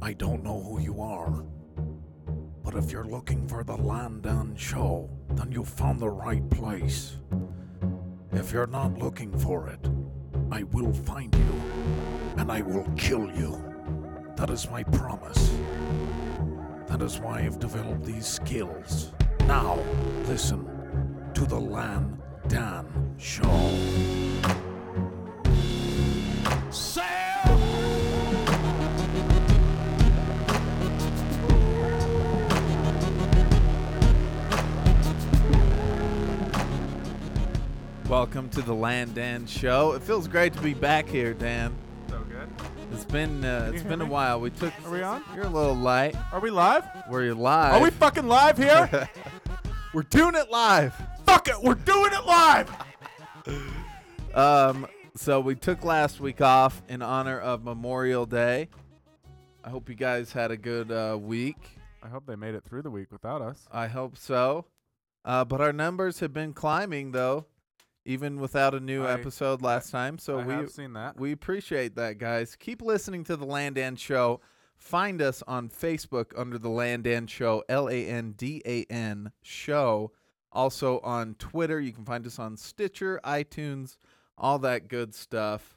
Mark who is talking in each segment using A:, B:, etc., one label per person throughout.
A: I don't know who you are. But if you're looking for the London show, then you found the right place. If you're not looking for it, I will find you and I will kill you. That is my promise. That is why I've developed these skills. Now, listen to the Lan Dan Show. Sam!
B: Welcome to the Land Dan Show. It feels great to be back here, Dan.
C: So good.
B: It's been uh,
C: you
B: it's
C: hear
B: been a
C: me?
B: while. We took.
C: Are we on?
B: You're a little light.
C: Are we live?
B: We're live.
C: Are we fucking live here?
B: We're doing it live.
C: Fuck it, we're doing it live.
B: Um. So we took last week off in honor of Memorial Day. I hope you guys had a good uh, week.
C: I hope they made it through the week without us.
B: I hope so. Uh, but our numbers have been climbing though, even without a new
C: I-
B: episode last time. So
C: I
B: we
C: have seen that.
B: We appreciate that, guys. Keep listening to the Land and Show. Find us on Facebook under the Land and Show, L A N D A N Show. Also on Twitter, you can find us on Stitcher, iTunes, all that good stuff.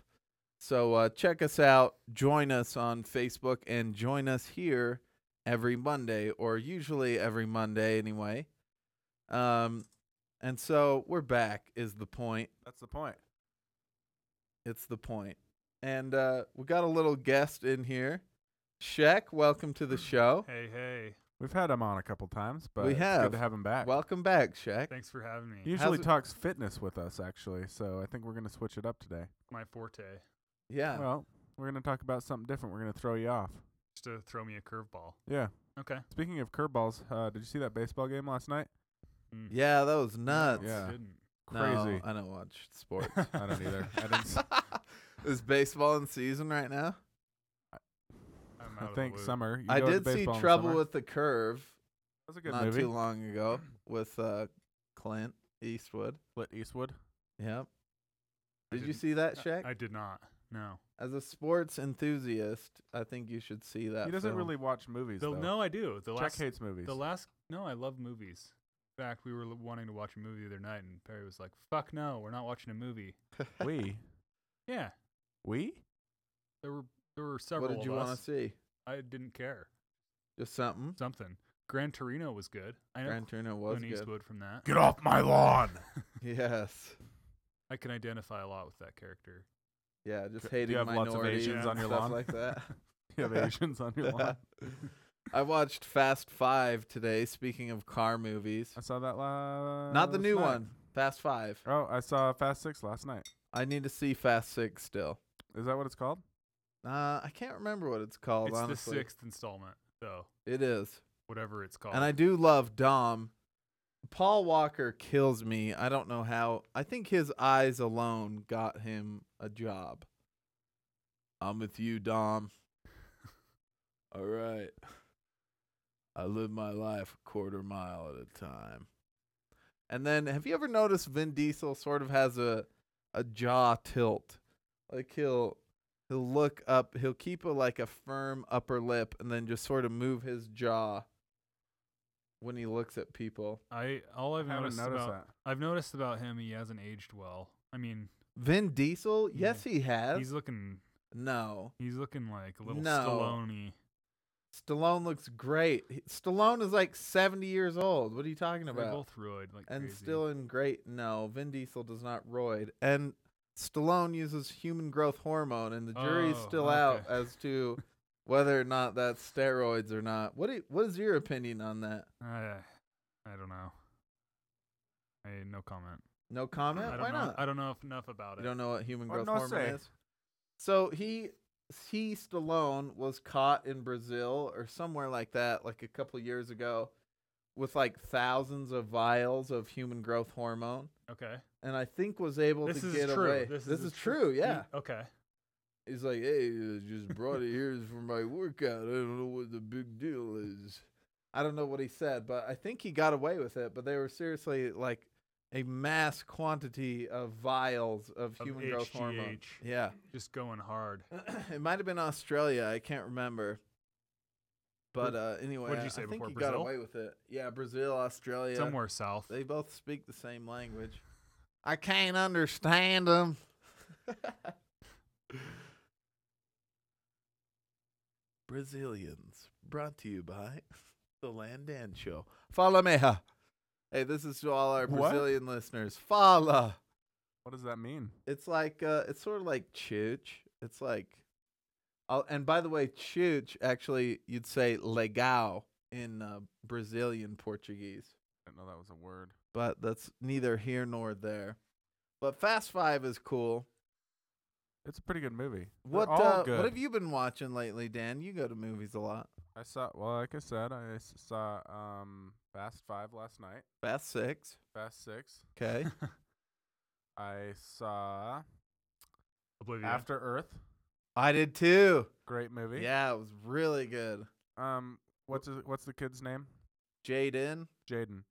B: So uh, check us out, join us on Facebook, and join us here every Monday, or usually every Monday anyway. Um, and so we're back, is the point.
C: That's the point.
B: It's the point. And uh, we got a little guest in here. Shek, welcome to the show.
D: Hey, hey.
C: We've had him on a couple times, but
B: We
C: it's
B: have.
C: good to have him back.
B: Welcome back, Shek.
D: Thanks for having me.
C: he usually
B: How's it-
C: talks fitness with us, actually, so I think we're going to switch it up today.
D: My forte.
B: Yeah.
C: Well, we're going to talk about something different. We're going to throw you off.
D: Just to throw me a curveball.
C: Yeah.
D: Okay.
C: Speaking of curveballs, uh, did you see that baseball game last night?
D: Mm.
B: yeah, that was
D: No,
B: nuts.
C: Yeah.
D: didn't.
B: No,
C: Crazy.
B: I don't watch sports.
C: I don't either. I didn't. s-
B: Is baseball in season right now?
D: I'm
C: I
D: out of the
C: think
D: loop.
C: summer. You
B: I
C: go to
B: did see
C: baseball in
B: Trouble
C: summer.
B: with the Curve
C: That was a good
B: not
C: movie.
B: too long ago with uh, Clint Eastwood.
C: Clint Eastwood.
B: Yep.
D: I
B: Did you
D: didn't-
B: see that,
D: I-
B: Shek?
D: I did not. No.
B: As a sports enthusiast, I think you should see that.
C: He doesn't
B: film.
C: really watch movies.
D: The,
C: though.
D: no, I do. The
C: Chuck
D: last.
C: hates movies.
D: The last. No, I love movies. In fact, we were l- wanting to watch a movie the other night, and Perry was like, "Fuck no, we're not watching a movie."
C: we
D: Yeah.
C: we
D: There were there were several.
B: What did you
D: of
B: want to
D: us.
B: see?
D: I didn't care.
B: Just something.
D: Something. Gran Torino was good. I know
B: Gran Turner was
D: Clint
B: good.
D: Eastwood from that.
C: get off my lawn.
B: Yes.
D: I can identify a lot with that character.
B: Yeah, just
C: Do you
B: hating
C: have lots of
B: minorities
C: Asians
B: and
C: on your
B: stuff
C: lawn?
B: like that.
C: you have Asians on your lawn.
B: I watched Fast Five today. Speaking of car movies,
C: I saw that last.
B: not the new
C: night.
B: one. Fast Five.
C: Oh, I saw Fast Six last night.
B: I need to see Fast Six still.
C: Is that what it's called?
B: Uh, I can't remember what it's called.
D: it's
B: honestly,
D: the sixth installment, though.
B: it is.
D: Whatever it's called.
B: And I do love Dom. Paul Walker kills me. I don't know how. I think his eyes alone got him a job. I'm with you, Dom. All right. I live my life a quarter mile at a time. And then have you ever noticed Vin Diesel sort of has a a jaw tilt? Like he'll he'll look up, he'll keep a like a firm upper lip and then just sort of move his jaw when he looks at people.
D: I all I've
C: I haven't
D: noticed,
C: noticed
D: about I've noticed about him he hasn't aged well. I mean,
B: Vin Diesel?
D: Yeah.
B: Yes, he has.
D: he's looking
B: no.
D: he's looking like a little
B: No.
D: Stallone.
B: Stallone looks great. He- Stallone is like 70 years old. What are you talking
D: They're
B: about?
D: both roid like
B: And
D: crazy.
B: still in great. No, Vin Diesel does not roid. And Stallone uses human growth hormone, and the jury's
D: Oh,
B: still
D: okay.
B: out as to whether or not that's steroids or not. What, do you- what is your opinion on that?
D: I, I don't know. I no comment.
B: No comment?
D: I don't
B: Why
D: know.
B: not?
D: I don't know if- enough about
B: You
D: it.
B: don't know what human
C: What
B: growth
C: did I
B: hormone
C: say?
B: is. So he he Stallone was caught in Brazil or somewhere like that, like a couple years ago, with like thousands of vials of human growth hormone,
D: Okay.
B: and I think was able
D: This
B: to
D: is
B: get
D: true.
B: away.
D: This, is,
B: true. Yeah,
D: Okay.
B: he's like, hey, I just brought it here for my workout. I don't know what the big deal is. I don't know what he said, but I think he got away with it. But they were seriously like a mass quantity of vials of
D: Of
B: human growth hormone.
D: HGH.
B: Yeah.
D: Just going hard.
B: it might have been Australia. I can't remember. But uh, anyway,
D: what did you
B: I-
D: say
B: I think
D: before?
B: he got
D: Brazil?
B: away with it. Yeah, Brazil, Australia,
D: Somewhere south.
B: They both speak the same language. I can't understand them. Brazilians, brought to you by the Landan Show. Fala meha. Hey, this is to all our
C: What?
B: Brazilian listeners. Fala.
C: What does that mean?
B: It's like uh, it's sort of like chooch. It's like, oh, and by the way, chooch actually you'd say legal in uh, Brazilian Portuguese
C: I didn't know that was a word.
B: but that's neither here nor there. But Fast Five is cool.
C: It's a pretty good movie. They're
B: What
C: all
B: uh,
C: good.
B: what have you been watching lately, Dan? You go to movies a lot.
C: I saw. Well, like I said, I s- saw um Fast Five last night.
B: Fast Six,
C: Fast Six.
B: okay.
C: I saw
D: Oblivion.
C: After Earth.
B: I did too.
C: Great movie.
B: Yeah, it was really good.
C: Um. What's his, what's the kid's name?
B: Jaden,
C: Jaden.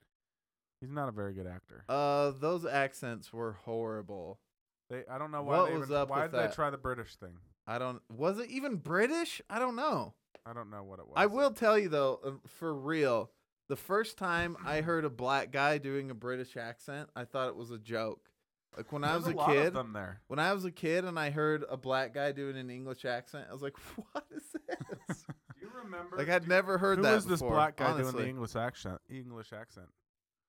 C: He's not a very good actor.
B: uh, those accents were horrible.
C: They. I don't know why.
B: what
C: they
B: was
C: even,
B: up
C: Why
B: with
C: did
B: that?
C: they try the British thing?
B: I don't. Was it even British? I don't know.
C: I don't know what it was.
B: I will tell you though, uh, for real, the first time I heard a black guy doing a British accent, I thought it was a joke. Like when I
C: There's
B: was a,
C: lot
B: kid,
C: Of them there.
B: When I was a kid and I heard a black guy doing an English accent, I was like, "What is this?"
C: Do you remember?
B: like I'd never heard
C: Who
B: that.
C: was this
B: before,
C: black guy doing
B: honestly.
C: the English accent? English accent.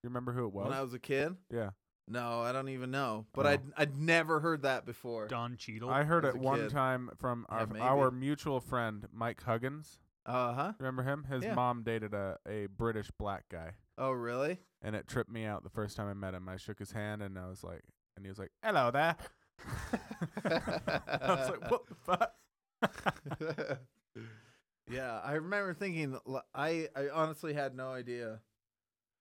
C: You remember who it was?
B: When I was a kid,
C: yeah,
B: no, I don't even know. But
C: Oh.
B: I'd I'd never heard that before.
D: Don Cheadle.
C: I heard
B: as
C: it
B: a
C: one
B: kid.
C: time from
B: Yeah,
C: our,
B: maybe.
C: our mutual friend Mike Huggins.
B: Uh huh.
C: Remember him? His
B: Yeah.
C: mom dated a, a British black guy,
B: Oh really?
C: and it tripped me out the first time I met him. I shook his hand, and I was like, and he was like, "Hello there." I was like, "What the fuck?"
B: yeah, I remember thinking. l- I I honestly had no idea.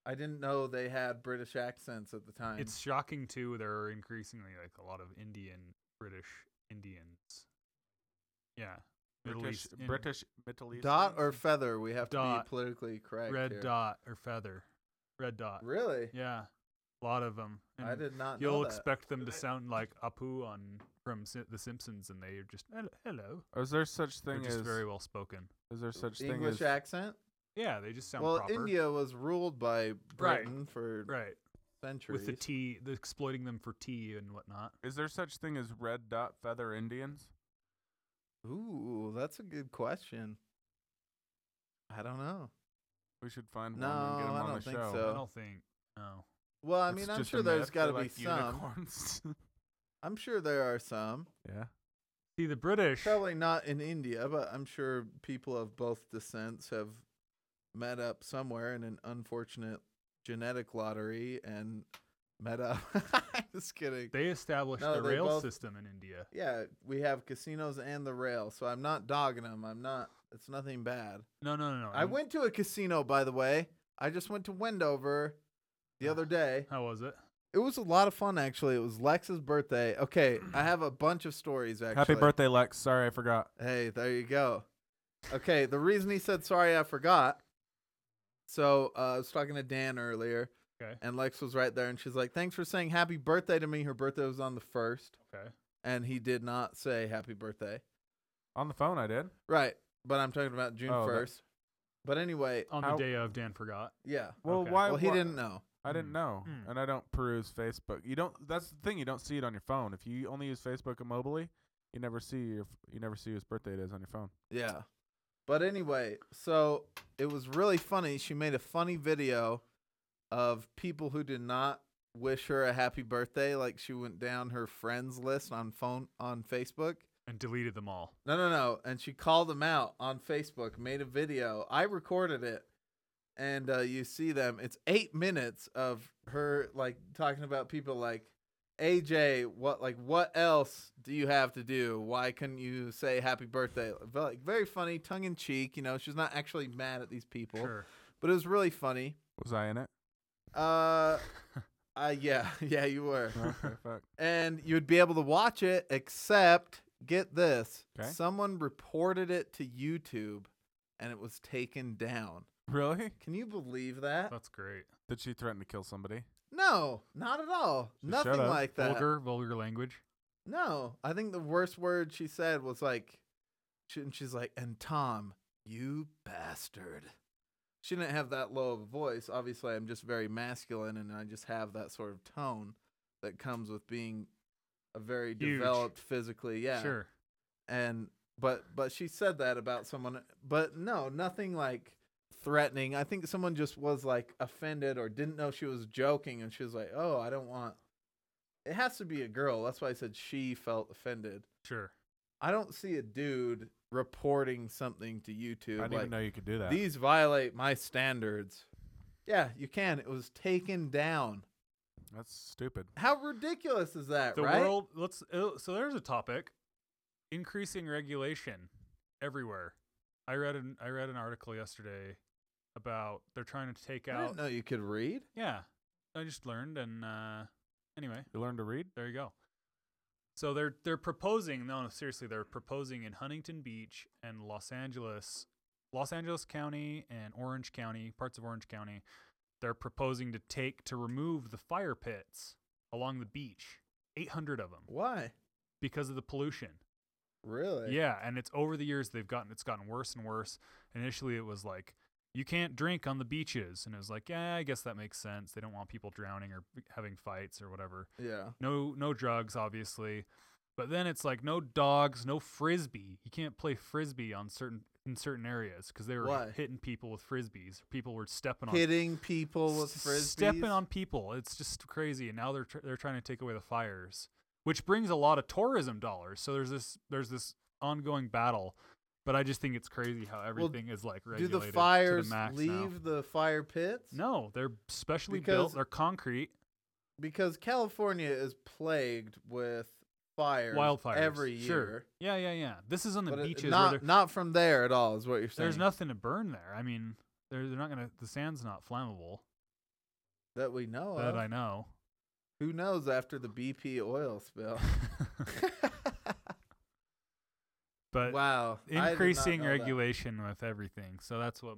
B: I didn't know they had British accents at the time.
D: It's shocking too. There are increasingly like a lot of Indian, British Indians. Yeah, Middle
C: British,
D: East, in-
C: British, Middle East.
B: dot or feather. We have to
D: Dot.
B: be politically correct.
D: red
B: here.
D: dot or feather, red dot.
B: Really?
D: Yeah, a lot of them.
B: I did not. know
D: You'll
B: that.
D: expect them to sound like Apu on from Sim- The Simpsons, and they are just "Hel- hello.
C: Or is there such
D: They're
C: thing
D: just
C: as?
D: very well spoken.
C: Is there such thing
B: English
C: as?
B: accent.
D: Yeah, they just sound
B: Well,
D: proper.
B: India was ruled by Britain for
D: right?
B: centuries.
D: With the tea, the exploiting them for tea and whatnot.
C: Is there such thing as red dot feather Indians?
B: Ooh, that's a good question. I don't know.
C: We should find
B: No,
C: one and get him
B: I
C: on
B: don't
C: the
B: think
C: show.
B: so.
D: I don't think. No,
B: Well, I
C: It's
B: mean, I'm
C: just a
B: sure there's
C: myth.
B: got to
C: They're
B: be
C: like
B: some.
C: unicorns.
B: I'm sure there are some.
C: yeah.
D: see the British.
B: Probably not in India, but I'm sure people of both descents have met up somewhere in an unfortunate genetic lottery and met up. Just kidding.
D: They established
B: No,
D: the
B: they
D: rail
B: both-
D: system in India.
B: Yeah, we have casinos and the rail, so I'm not dogging them. I'm not. It's nothing bad.
D: No, no, no, no.
B: I
D: I'm-
B: went to a casino, by the way. I just went to Wendover the
C: Ah.
B: other day.
D: How was it?
B: It was a lot of fun, actually. It was Lex's birthday. Okay, I have a bunch of stories, actually.
C: Happy birthday, Lex. Sorry, I forgot.
B: Hey, there you go. Okay, the reason he said sorry, I forgot. So uh, I was talking to Dan earlier,
D: Okay.
B: and Lex was right there, and she's like, "Thanks for saying happy birthday to me." Her birthday was on the first,
D: Okay.
B: and he did not say happy birthday.
C: On the phone, I did.
B: Right, but I'm talking about June
C: Oh, that-
B: first. But anyway,
D: On
C: How-
D: the day of, Dan forgot.
B: yeah.
C: Well,
D: Okay.
C: why?
B: Well, he
C: why- Hmm.
B: didn't know.
C: I didn't
D: Mm.
C: know,
D: Mm.
C: and I don't peruse Facebook. You don't. That's the thing. You don't see it on your phone. If you only use Facebook immobily, you never see your. You never see whose birthday it is on your phone.
B: Yeah. But anyway, so it was really funny. She made a funny video of people who did not wish her a happy birthday. Like she went down her friends list on phone on Facebook.
D: And deleted them all.
B: No, no, no. And she called them out on Facebook, made a video. I recorded it. And uh, you see them. It's eight minutes of her like talking about people like AJ. What like what else do you have to do? Why couldn't you say happy birthday? Ve- Like very funny, tongue in cheek. You know, she's not actually mad at these people,
D: Sure.
B: but it was really funny.
C: Was I in it?
B: Uh, uh, yeah, yeah, you were
C: No? okay, fuck.
B: and you'd be able to watch it except get this
C: 'Kay.
B: someone reported it to youtube and it was taken down
C: Really?
B: can you believe that
D: That's great.
C: Did she threaten to kill somebody?
B: no not at all
C: She
B: nothing
C: should've.
B: like that
D: Vulgar, vulgar language.
B: no i think the worst word she said was like she, and she's like and tom You bastard. She didn't have that low of a voice. Obviously, I'm just very masculine and I just have that sort of tone that comes with being a very
D: Huge.
B: developed physically. Yeah.
D: Sure.
B: And but but she said that about someone but no, nothing like threatening. I think someone just was like offended or didn't know she was joking and she was like, "Oh, I don't want It has to be a girl. That's why I said she felt offended.
D: Sure.
B: I don't see a dude reporting something to YouTube.
C: I didn't
B: like,
C: even know you could do that.
B: These violate my standards. Yeah, you can. It was taken down.
C: That's stupid.
B: How ridiculous is that,
D: The
B: right?
D: world. Let's. oh, So there's a topic: increasing regulation everywhere. I read an I read an article yesterday about they're trying to take
B: I didn't
D: out.
B: know you could read.
D: Yeah, I just learned, and uh, anyway,
C: You learn to read?
D: there you go. So they're they're proposing. No, seriously, they're proposing in Huntington Beach and Los Angeles, Los Angeles County and Orange County, parts of Orange County. They're proposing to take to remove the fire pits along the beach, 800 of them,
B: Why?
D: because of the pollution.
B: Really?
D: Yeah, and it's over the years they've gotten it's gotten worse and worse. Initially it was like you can't drink on the beaches and it was like, yeah, I guess that makes sense. They don't want people drowning or having fights or whatever.
B: Yeah.
D: No no drugs obviously. But then it's like no dogs, no frisbee. You can't play frisbee on certain in certain areas because they were
B: Why?
D: hitting people with frisbees. People were stepping on
B: Hitting people with
D: s-
B: frisbees.
D: stepping on people. It's just crazy. And now they're tr- they're trying to take away the fires, which brings a lot of tourism dollars. So there's this there's this ongoing battle. But I just think it's crazy how everything is like
B: Do
D: regulated
B: the fires
D: to the max now.
B: leave the fire pits?
D: No, they're specially built.
B: Because-
D: They're concrete.
B: Because California is plagued with fires
D: Wildfires
B: every year.
D: Sure. Yeah, yeah, yeah. This is on the
B: But it-
D: beaches where
B: not,
D: there-
B: not from there at all is what you're saying.
D: there's nothing to burn there. I mean, they're they're not gonna. The sand's not flammable
B: that we know
D: that
B: of.
D: I know.
B: Who knows after the BP oil spill?
D: but
B: wow. I did not
D: increasing
B: know that.
D: regulation with everything. So that's what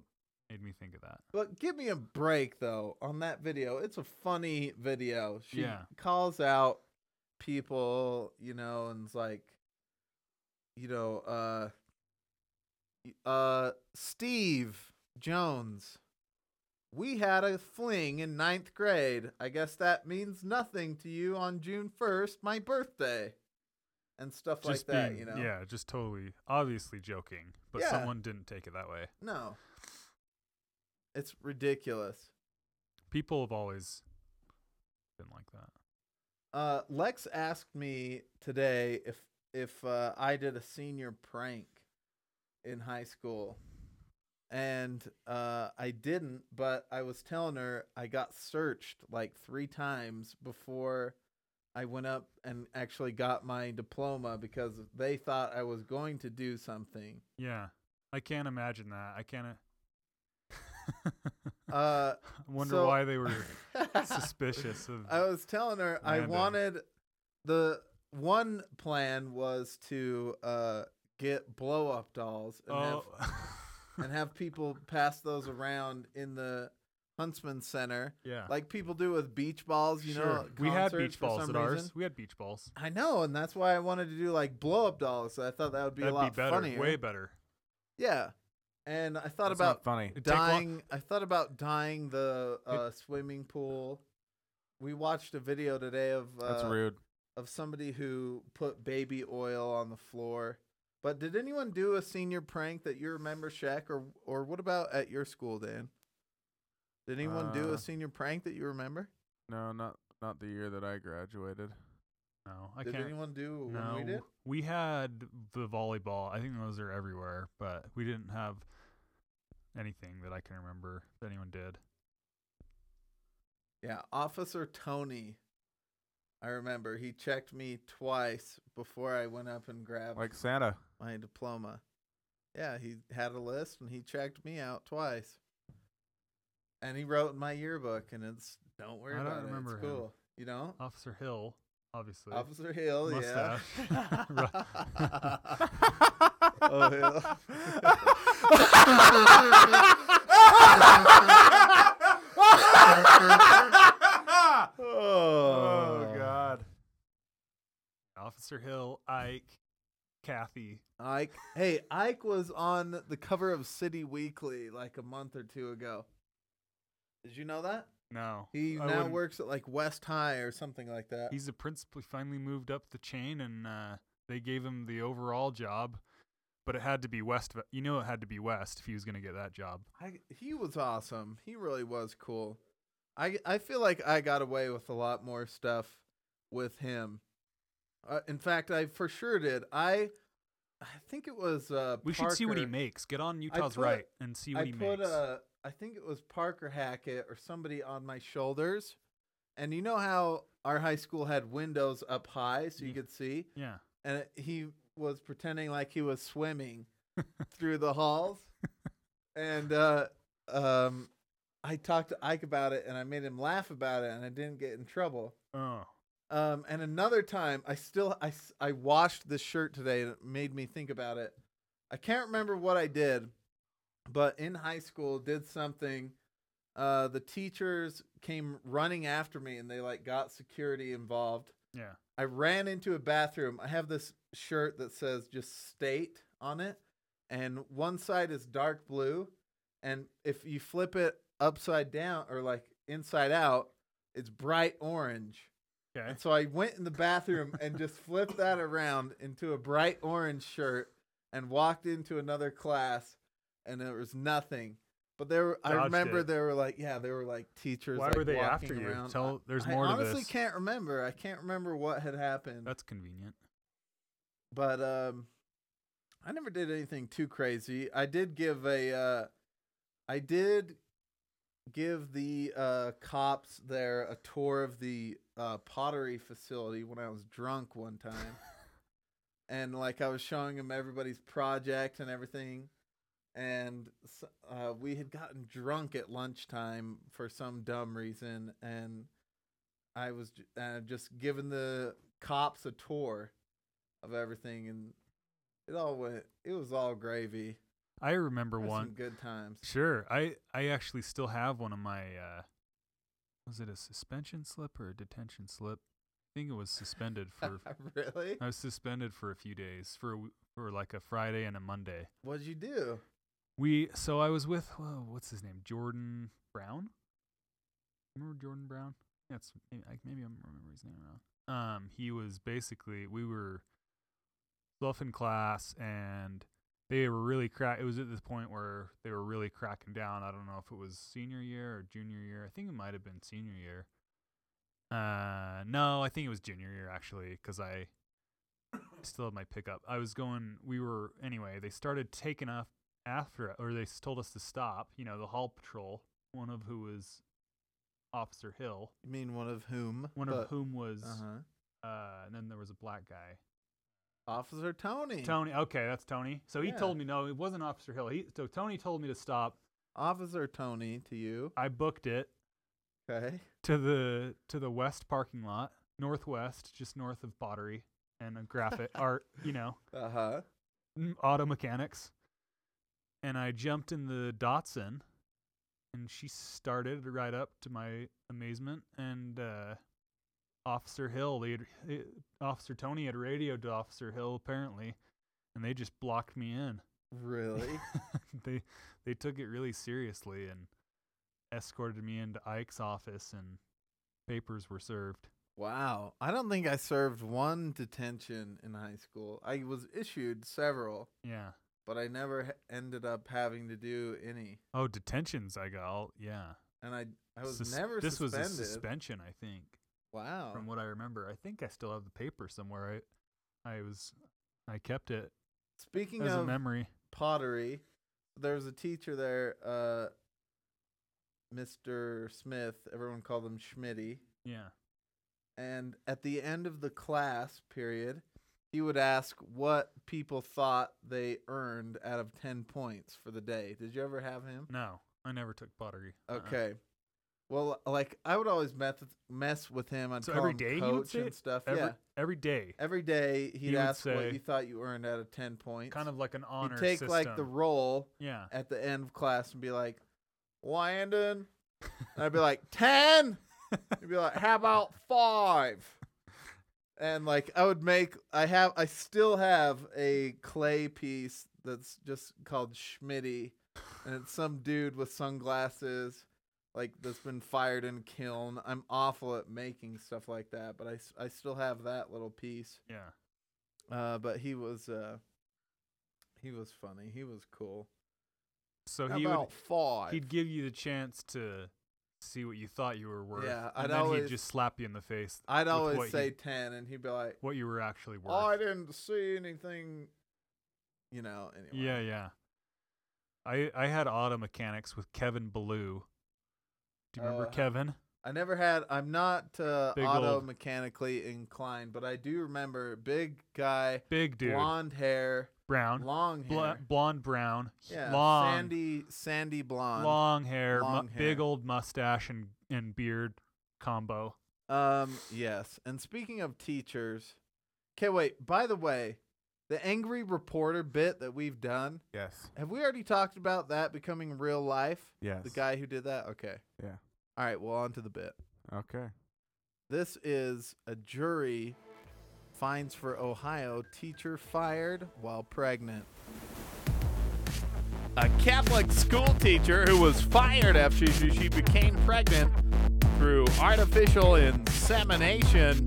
D: made me think of that.
B: But give me a break though on that video. It's a funny video. She
D: Yeah.
B: calls out people, you know, and it's like, you know, uh, y- uh, Steve Jones. We had a fling in ninth grade. I guess that means nothing to you on June first, my birthday, and stuff
D: just
B: like that.
D: being,
B: you know,
D: yeah, just totally, obviously joking, but
B: Yeah.
D: someone didn't take it that way.
B: no, it's ridiculous.
D: People have always been like that.
B: Uh, Lex asked me today if if uh, I did a senior prank in high school, and uh, I didn't. But I was telling her I got searched like three times before I went up and actually got my diploma because they thought I was going to do something.
D: Yeah, I can't imagine that. I can't.
B: Uh,
D: wonder
B: so-
D: why they were suspicious of.
B: I was telling her I
D: Random.
B: wanted the one plan was to uh, get blow up dolls and,
D: oh,
B: have, and have people pass those around in the Huntsman Center,
D: yeah.
B: like people do with beach balls. You know,
D: sure.
B: at
D: we had
B: concerts
D: beach
B: for
D: balls at
B: some
D: ours.
B: reason.
D: We had beach balls.
B: I know, and that's why I wanted to do like blow up dolls. I thought that would be
D: That'd
B: a lot
D: be better.
B: funnier.
D: Way better.
B: yeah, and I thought
C: That's
B: about
C: not funny.
D: It'd take lo-
B: dying. I thought about dying the uh, swimming pool. We watched a video today of uh,
C: That's rude.
B: of somebody who put baby oil on the floor. But did anyone do a senior prank that you remember, Shaq, or or what about at your school, Dan? Did anyone do
C: Uh,
B: a senior prank that you remember?
C: No, not not the year that I graduated.
D: No, I
B: did
D: can't.
B: anyone do when
D: No,
B: we did?
D: we had the volleyball. I think those are everywhere, but we didn't have anything that I can remember that anyone did.
B: Yeah, Officer Tony. I remember he checked me twice before I went up and grabbed
C: Like Santa.
B: my diploma. Yeah, he had a list and he checked me out twice. And he wrote in my yearbook, and it's don't worry
D: I don't
B: about it.
D: remember him.
B: it's cool. You know,
D: Officer Hill, obviously.
B: Officer Hill, yeah.
D: Mustache.
B: oh, Hill.
C: oh
B: oh
C: God.
D: Officer Hill, Ike, Kathy.
B: Ike. Hey, Ike was on the cover of City Weekly like a month or two ago. Did you know that?
D: No,
B: He
D: I
B: now
D: wouldn't-
B: works at like West High or something like that.
D: He's the principal. He finally moved up the chain, and uh, they gave him the overall job. But it had to be West. You know, it had to be West if he was going to get that job.
B: I, he was awesome. He really was cool. I I feel like I got away with a lot more stuff with him. Uh, in fact, I for sure did. I I think it was uh
D: We should see what he
B: Parker-
D: makes. Get on Utah's
B: put-
D: right and see what
B: I
D: he
B: put
D: makes.
B: uh, I think it was Parker Hackett or somebody on my shoulders. And you know how our high school had windows up high so you
D: Ye-
B: could see?
D: yeah.
B: And it- he was pretending like he was swimming through the halls. And uh, um, I talked to Ike about it and I made him laugh about it and I didn't get in trouble.
D: Oh.
B: Um, and another time, I still I, s- I washed this shirt today and it made me think about it. I can't remember what I did, but in high school did something. Uh, the teachers came running after me and they like got security involved.
D: Yeah.
B: I ran into a bathroom. I have this shirt that says just state on it, and one side is dark blue, and if you flip it upside down or like inside out, it's bright orange.
D: Okay.
B: And so I went in the bathroom and just flipped that around into a bright orange shirt and walked into another class, and there was nothing. But there, were, I
D: Dodged
B: remember
D: it.
B: there were like, yeah, there were like teachers.
D: Why
B: like,
D: were they
B: walking
D: after you?
B: around.
D: Tell- there's
B: I
D: more to
B: honestly
D: this.
B: can't remember. I can't remember what had happened.
D: That's convenient.
B: but um, I never did anything too crazy. I did give a, uh, I did give the uh, cops there a tour of the uh, pottery facility when I was drunk one time, and like I was showing them everybody's project and everything, and s uh, we had gotten drunk at lunchtime for some dumb reason, and I was j- uh, just giving the cops a tour of everything, and it all went. It was all gravy.
D: I remember
B: Had
D: one.
B: some good times.
D: Sure. I I actually still have one of my uh was it a suspension slip or a detention slip? I think it was suspended for
B: really?
D: I was suspended for a few days for a w for like a Friday and a Monday.
B: What'd you do?
D: We so I was with whoa, what's his name? Jordan Brown? Remember Jordan Brown? That's maybe, I, maybe I'm remember his name wrong. Um, he was basically we were both in class and they were really crack. It was at this point where they were really cracking down. I don't know if it was senior year or junior year. I think it might have been senior year. Uh, no, I think it was junior year actually because I still had my pickup. I was going. We were anyway. They started taking off after or they s- told us to stop you know the hall patrol one of who was officer hill
B: You mean one of whom?
D: one of whom was
B: Uh huh.
D: uh and then there was a black guy
B: Officer Tony.
D: tony okay that's tony so he
B: Yeah.
D: told me no it wasn't officer hill he so tony told me to stop
B: Officer Tony to you.
D: i booked it
B: Okay.
D: to the to the west parking lot northwest just north of pottery and a graphic art you know
B: Uh huh.
D: m- auto mechanics and I jumped in the Datsun and she started right up to my amazement and uh Officer Hill they had, eh, Officer Tony had radioed to Officer Hill apparently and they just blocked me in
B: Really?
D: they they took it really seriously and escorted me into Ike's office and papers were served
B: wow. I don't think I served one detention in high school. I was issued several,
D: yeah
B: but I never h- ended up having to do any.
D: oh detentions I got all yeah
B: And I, I was
D: Sus-
B: never
D: this
B: suspended.
D: was a suspension I think
B: Wow.
D: from what I remember. I think I still have the paper somewhere. I I was I kept it
B: Speaking
D: as a
B: of
D: memory.
B: pottery. There was a teacher there, uh, Mr. Smith. Everyone called him Schmitty.
D: Yeah.
B: And at the end of the class period, he would ask what people thought they earned out of 10 points for the day. Did you ever have him?
D: No, I never took pottery. Uh-uh.
B: Okay. Well, like I would always mess mess with him. I'd
D: So
B: call
D: every
B: him
D: day he would
B: coach
D: say
B: and
D: it?
B: stuff.
D: Every
B: yeah,
D: every day,
B: every day he'd
D: He would
B: ask
D: say-
B: what you thought you earned out of ten points.
D: kind of like an
B: you
D: honor
B: take
D: system.
B: like the roll,
D: yeah.
B: at the end of class and be like, Landon. And I'd be like, 10? You'd be like, how about five? and like I would make I have I still have a clay piece that's just called Schmitty and it's some dude with sunglasses like that's been fired in a kiln. I'm awful at making stuff like that, but I, s- I still have that little piece.
D: Yeah.
B: Uh but he was uh he was funny. He was cool.
D: So
B: How
D: he would
B: about five?
D: he'd give you the chance to see what you thought you were worth.
B: Yeah, I'd
D: and then
B: always-
D: he'd just slap you in the face
B: I'd
D: with
B: always
D: what
B: say
D: you,
B: 10 and he'd be like "Oh,
D: what you were actually worth.
B: I didn't see anything. You know, anyway.
D: Yeah, yeah. I I had auto mechanics with Kevin Ballou. Do you remember
B: Uh,
D: Kevin?
B: I never had. I'm not uh,
D: Big
B: auto
D: old-
B: mechanically inclined, but I do remember big guy,
D: Big dude,
B: blonde hair,
D: brown,
B: long hair,
D: Bl- blonde, brown, h-
B: yeah,
D: long,
B: sandy, sandy blonde.
D: long hair, mu-
B: Long
D: big
B: hair.
D: old mustache and and beard combo.
B: Um, yes. And speaking of teachers, okay, wait. By the way, the angry reporter bit that we've done.
C: Yes.
B: Have we already talked about that becoming real life?
C: Yes.
B: The guy who did that. Okay.
C: Yeah.
B: All right. Well, on to the bit.
C: Okay.
B: This is a jury finds for Ohio teacher fired while pregnant. A Catholic school teacher who was fired after she she became pregnant through artificial insemination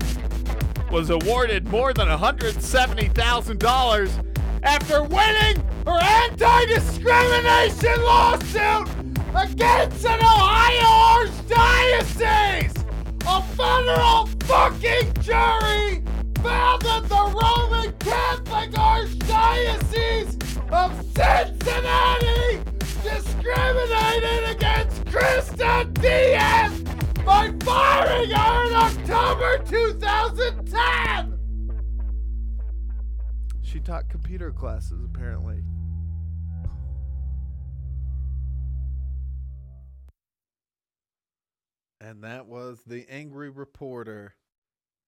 B: was awarded more than $170,000 after winning her anti discrimination lawsuit against an Ohio archdiocese! A federal fucking jury found that the Roman Catholic Archdiocese of Cincinnati discriminated against Krista Diaz by firing her in October 2010! She taught computer classes, apparently. And that was The Angry Reporter,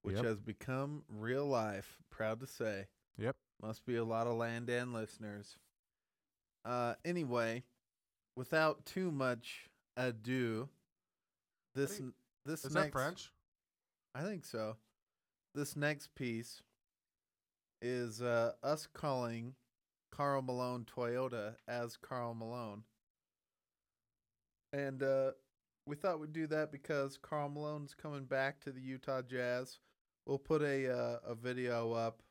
B: which
C: Yep.
B: has become real life, proud to say.
C: Yep.
B: Must be a lot of land and listeners. Uh, anyway, without too much ado, this
C: do you-
B: n- this
C: Is
B: next
C: that French?
B: I think so. This next piece is uh, us calling Carl Malone Toyota as Carl Malone. And uh, we thought we'd do that because Carl Malone's coming back to the Utah Jazz. We'll put a uh, a video up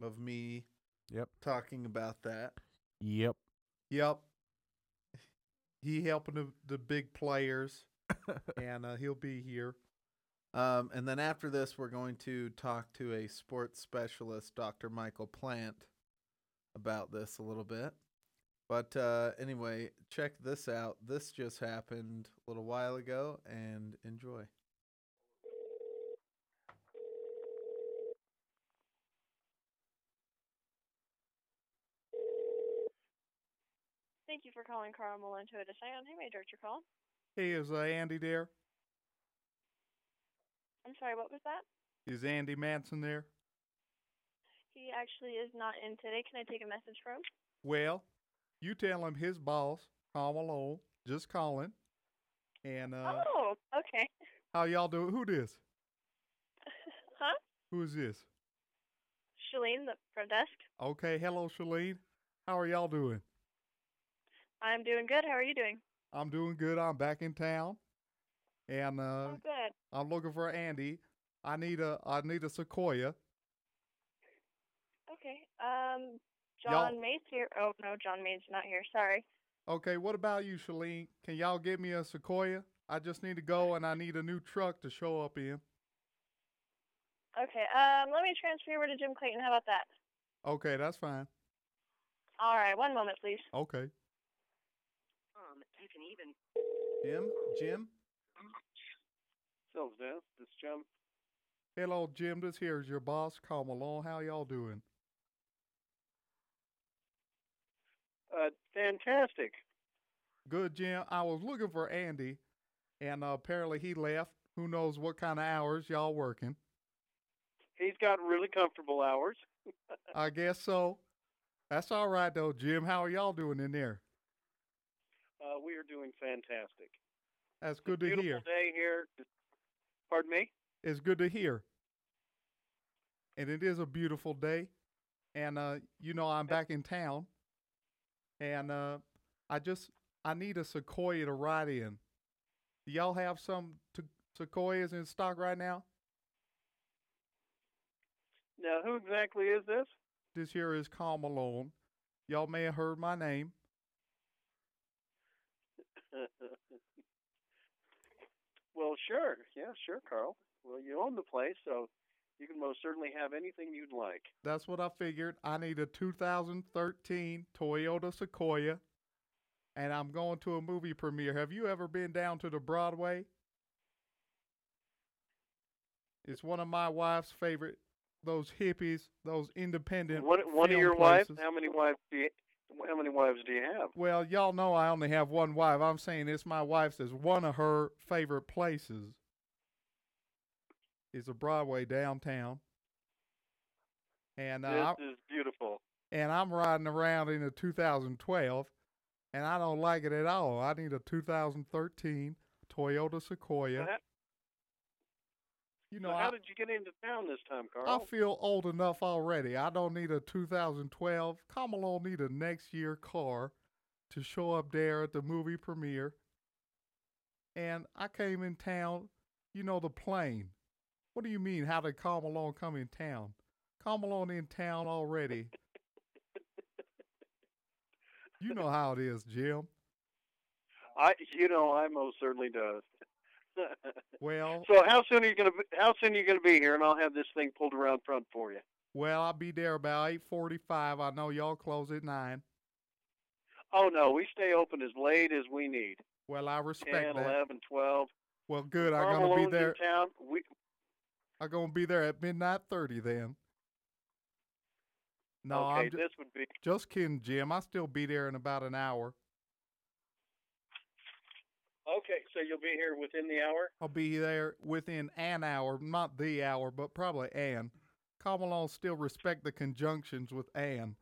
B: of me
C: Yep.
B: talking about that.
C: Yep.
B: Yep. He helping the, the big players, and uh, he'll be here. Um, and then after this, we're going to talk to a sports specialist, Dr. Michael Plant, about this a little bit. But uh, anyway, check this out. This just happened a little while ago, and enjoy.
E: Thank you for calling Carl Malone Toyota Scion. How may I direct your call?
F: Hey, is uh, Andy there?
E: I'm sorry, what was that?
F: Is Andy Manson there?
E: He actually is not in today. Can I take a message for him?
F: Well, you tell him his boss, Carl Malone, just calling. And uh,
E: oh, okay.
F: how y'all do? Who this?
E: huh?
F: Who is this?
E: Shalene, the front desk.
F: Okay, hello, Shalene. How are y'all doing?
E: I'm doing good. How are you doing?
F: I'm doing good. I'm back in town, and uh,
E: I'm good.
F: I'm looking for Andy. I need a I need a Sequoia.
E: Okay. Um,
F: Y'all-
E: John Mays here. Oh, no, John Mays not here. Sorry.
F: Okay, what about you, Shalene? Can y'all get me a Sequoia? I just need to go, and I need a new truck to show up in.
E: Okay. Um, let me transfer you over to Jim Clayton. How about that?
F: Okay, that's fine.
E: All right. One moment, please.
F: Okay.
G: Um, you can even
B: Jim? Jim?
H: Sales desk, this Jim.
F: Hello, Jim. This here is your boss, Carl Malone. How y'all doing?
H: Uh, fantastic.
F: Good, Jim. I was looking for Andy, and uh, apparently he left. Who knows what kind of hours y'all working?
H: He's got really comfortable hours.
F: I guess so. That's all right though, Jim. How are y'all doing in there?
H: Uh, we are doing fantastic.
F: That's good to
H: Beautiful
F: hear.
H: day here. Pardon me?
F: It's good to hear. and it is a beautiful day. And uh, you know, I'm back in town, and uh, I just I need a sequoia to ride in. Do y'all have some t- sequoias in stock right now?
H: Now, who exactly is this?
F: This here is Carl Malone. Y'all may have heard my name.
H: well, sure. Yeah, sure, Carl. Well, you own the place, so you can most certainly have anything you'd like.
F: That's what I figured. I need a 2013 Toyota Sequoia, and I'm going to a movie premiere. Have you ever been down to the Broadway? It's one of my wife's favorite. Those hippies, those independent.
H: One, one of
F: film
H: your wives?
F: places.
H: How many wives do you? How many wives do you have?
F: Well, y'all know I only have one wife. I'm saying it's my wife's. Is one of her favorite places. Is a Broadway downtown. And uh, I-
H: this is beautiful.
F: and I'm riding around in a 2012, and I don't like it at all. I need a 2013 Toyota Sequoia.
H: So how-
F: You
H: so
F: know,
H: how
F: I,
H: did you get into town this time,
F: I
H: Carl?
F: feel old enough already. I don't need a 2012. Kamala need a next year car to show up there at the movie premiere. And I came in town, you know, the plane. What do you mean? How did Kamala come in town? Kamala in town already. you know how it is, Jim.
H: I, you know, I most certainly does.
F: Well,
H: so how soon are you gonna? Be, how soon are you gonna be here? And I'll have this thing pulled around front for you.
F: well, I'll be there about 8:45. I know y'all close at 9.
H: Oh no, we stay open as late as we need.
F: Well, I
H: 10,
F: respect that.
H: 11, 12.
F: Well, good. I'm
H: Carl
F: going to be
H: Malone's
F: there.
H: in town. We,
F: I'm gonna be there at midnight thirty then. No,
H: okay,
F: I'm ju-
H: this would be
F: just kidding, Jim. I'll still be there in about an hour.
H: okay. So you'll be here within the hour.
F: I'll be there within an hour, not the hour, but probably an. Kamala still respect the conjunctions with an,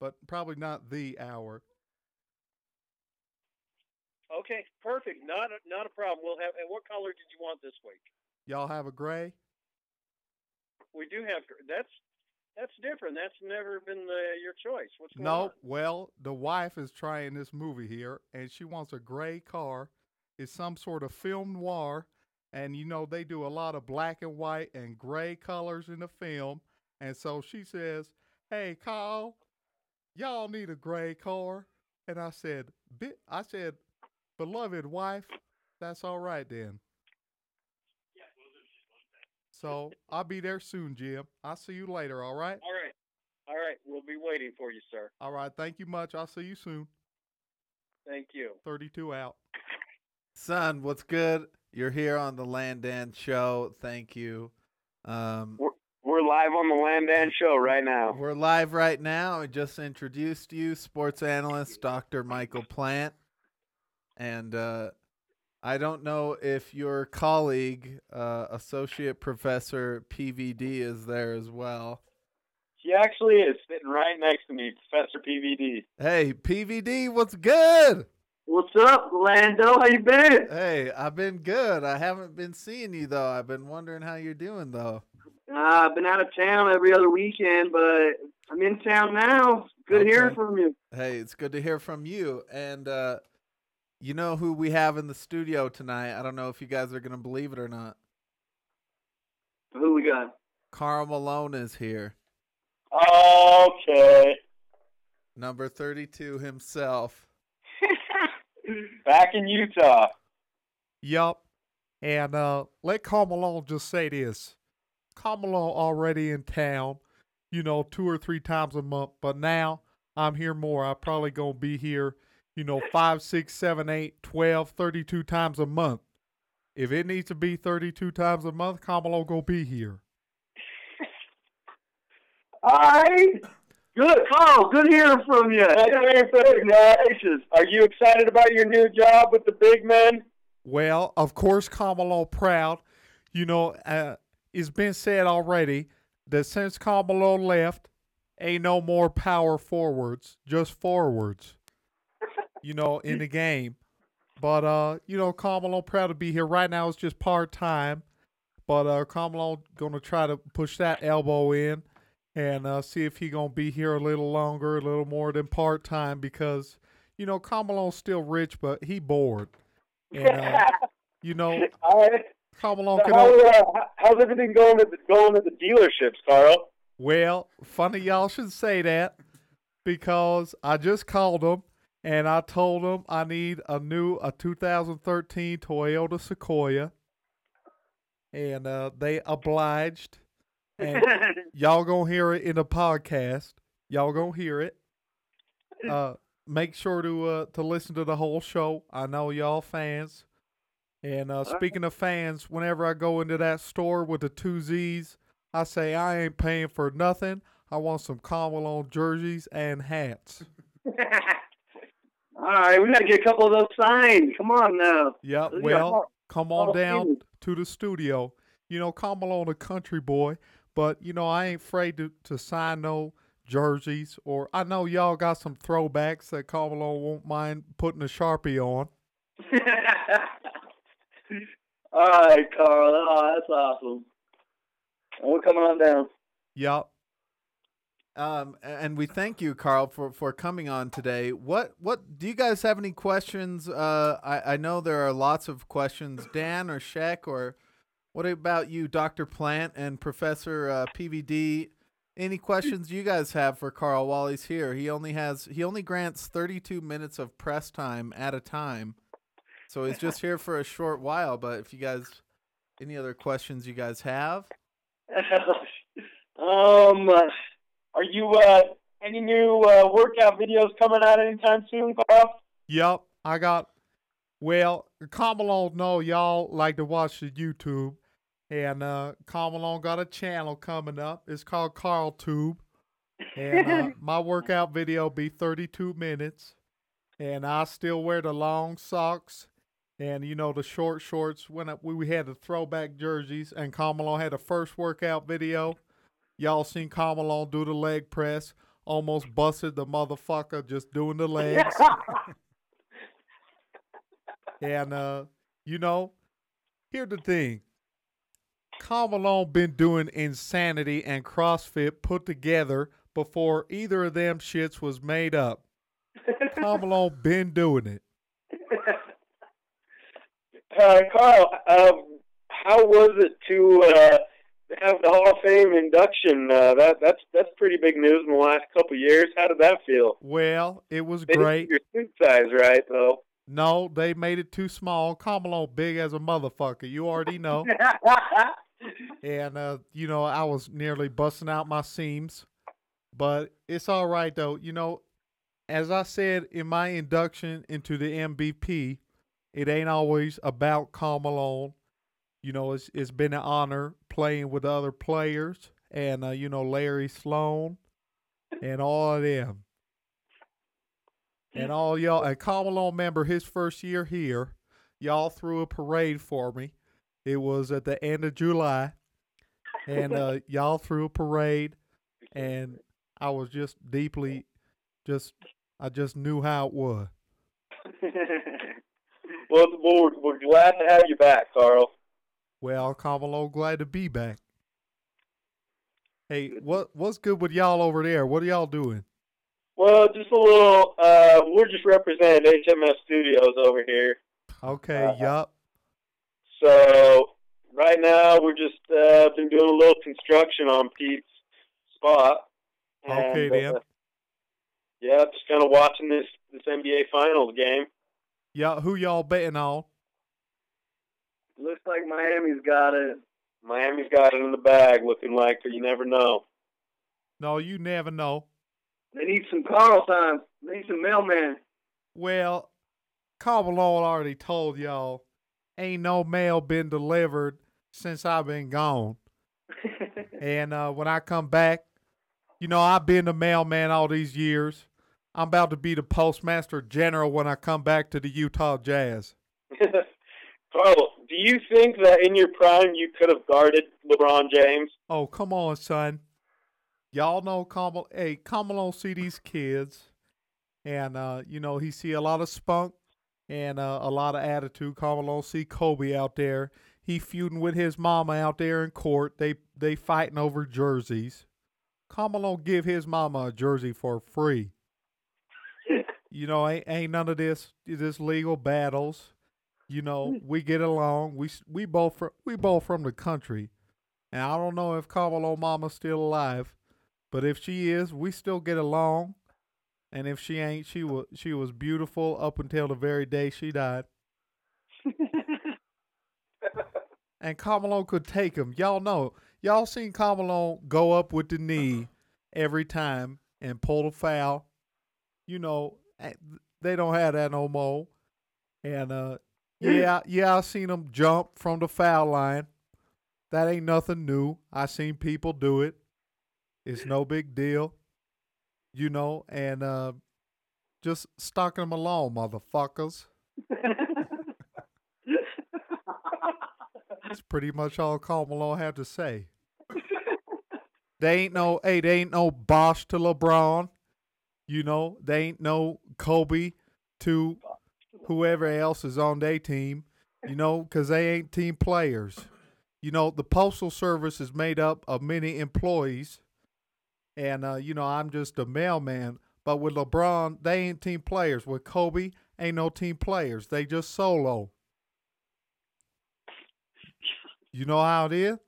F: but probably not the hour.
H: Okay, perfect. Not a, not a problem. We'll have. And what color did you want this week?
F: Y'all have a gray?
H: We do have. gr- That's that's different. That's never been uh, your choice. What's going
F: No.
H: on?
F: Well, the wife is trying this movie here, and she wants a gray car. It's some sort of film noir, and you know they do a lot of black and white and gray colors in the film. And so she says, "Hey, Kyle, y'all need a gray car." And I said, "Bi- "I said, beloved wife, that's all right then." So I'll be there soon, Jim. I'll see you later. All right.
H: All right, all right. We'll be waiting for you, sir.
F: All right. Thank you much. I'll see you soon.
H: Thank you.
F: 32 out.
B: Son, what's good? You're here on the Landan show. Thank you. Um,
H: We're live on the Landan show right now.
B: we're live right now. I just introduced you, sports analyst Dr. Michael Plant. And uh, I don't know if your colleague, uh, Associate Professor PVD, is there as well.
H: He actually is sitting right next to me, Professor PVD.
B: Hey, PVD, what's good?
H: What's up, Lando? How you been?
B: Hey, I've been good. I haven't been seeing you though. I've been wondering how you're doing though.
H: Uh, I've been out of town every other weekend, but I'm in town now. Good
B: Okay.
H: hearing from you.
B: Hey, it's good to hear from you. And uh you know who we have in the studio tonight? I don't know if you guys are going to believe it or not.
H: Who we got?
B: Carl Malone is here.
H: Okay.
B: Number 32 himself.
H: Back in Utah.
F: Yup. And uh, let Carl Malone just say this. Carl Malone already in town, you know, two or three times a month. But now I'm here more. I probably going to be here, you know, five, six, seven, eight, twelve, thirty-two times a month. If it needs to be 32 times a month, Kamalo go be here.
H: All right. Good, Carl. Good hearing from you. Congratulations. Are you excited about your new job with the big men?
F: Well, of course, Kamala proud. You know, uh, it's been said already that since Kamala left, ain't no more power forwards, just forwards. You know, in the game. But uh, you know, Kamala proud to be here right now. It's just part time, But uh, Carmelo gonna try to push that elbow in and uh, see if he gonna be here a little longer, a little more than part time because you know Carmelo's still rich, but he bored. And uh, you know
H: All right.
F: Carmelo
H: So
F: can.
H: how,
F: only-
H: uh, how's everything going at the going at the dealerships, Carl?
F: Well, funny y'all should say that because I just called them and I told them I need a new a 2013 Toyota Sequoia, and uh, they obliged. And y'all gonna hear it in the podcast. Y'all gonna hear it. Uh, make sure to uh, to listen to the whole show. I know y'all fans. And uh, speaking of fans, whenever I go into that store with the two Z's, I say I ain't paying for nothing. I want some Carmelo jerseys and hats.
H: All right, we gotta get a couple of those signed. Come on now.
F: Yep.
H: Yeah.
F: Well, come on
H: Oh,
F: down
H: shoot.
F: to the studio. You know, Carmelo a country boy, but you know I ain't afraid to, to sign no jerseys. Or I know y'all got some throwbacks that Carmelo won't mind putting a sharpie on.
H: All right, Carl. Oh, that's awesome. We're coming on down.
F: Yep.
B: Um, a- and we thank you, Carl, for, for coming on today. What what do you guys have any questions? Uh, I I know there are lots of questions. Dan or Shaq or what about you, Doctor Plant and Professor uh, PVD? Any questions you guys have for Carl while he's here? He only has he only grants thirty two minutes of press time at a time, so he's just here for a short while. But if you guys any other questions you guys have?
H: um, uh, are you uh any new uh, workout videos coming out anytime soon, Carl?
F: Yep, I got. Well, Carmelo know y'all like to watch the YouTube, and uh, Carmelo got a channel coming up. It's called Carl Tube, and uh, my workout video be 32 minutes, and I still wear the long socks, and you know the short shorts. When I, we had the throwback jerseys, and Carmelo had the first workout video. Y'all seen Carmelo do the leg press? Almost busted the motherfucker just doing the legs. And uh, you know, here's the thing. Carmelo been doing insanity and CrossFit put together before either of them shits was made up. Carmelo been doing it.
H: Uh, Carl, um, how was it to uh, have the Hall of Fame induction? Uh, that that's that's pretty big news in the last couple of years. How did that feel?
F: Well, it was
H: They didn't
F: great.
H: do Your suit size, right? Though.
F: No, they made it too small. Carmelo big as a motherfucker. You already know. and uh, you know I was nearly busting out my seams, but it's all right though. You know, as I said in my induction into the MVP, it ain't always about Carmelo. You know, it's it's been an honor playing with other players and uh, you know Larry Sloan and all of them. And all y'all and Carmelo member his first year here, y'all threw a parade for me. It was at the end of July, and uh, y'all threw a parade, and I was just deeply, just I just knew how it was.
H: well, well, we're, we're glad to have you back, Carl.
F: Well, Kamalo, glad to be back. Hey, what what's good with y'all over there? What are y'all doing?
H: Well, just a little. Uh, we're just representing HMS Studios over here.
F: Okay, yup.
H: So right now we're just uh, been doing a little construction on Pete's spot. And,
F: Okay, then.
H: uh, yeah, just kind of watching this this NBA Finals game.
F: Y'all, who y'all betting on?
H: Looks like Miami's got it. Miami's got it in the bag, looking like, but you never know.
F: No, you never know.
H: They need some Carl time. They need some mailman.
F: Well, Carvalho already told y'all, ain't no mail been delivered since I've been gone. and uh, when I come back, you know, I've been the mailman all these years. I'm about to be the postmaster general when I come back to the Utah Jazz.
H: Carl, do you think that in your prime you could have guarded LeBron James?
F: Oh, come on, son. Y'all know Kamala. Hey, Kamala see these kids, and uh, you know he see a lot of spunk and uh, a lot of attitude. Kamala see Kobe out there. He feuding with his mama out there in court. They they fighting over jerseys. Carmelo give his mama a jersey for free. you know, ain't, ain't none of this this legal battles. You know, we get along. We s- we both from, we both from the country, and I don't know if Carmelo mama's still alive, but if she is, we still get along. And if she ain't, she was she was beautiful up until the very day she died. and Kamalo could take him. Y'all know, y'all seen Kamalo go up with the knee every time and pull the foul. You know, eh, they don't have that no more. And uh, yeah, yeah, I seen him jump from the foul line. That ain't nothing new. I seen people do it. It's no big deal. You know, and uh, just stalking them along, motherfuckers. That's pretty much all Carmelo had to say. they ain't no hey, they ain't no Bosh to LeBron. You know, they ain't no Kobe to whoever else is on their team. You know, because they ain't team players. You know, the postal service is made up of many employees, and uh, you know I'm just a mailman. But with LeBron, they ain't team players. With Kobe, ain't no team players. They just solo. You know how it is?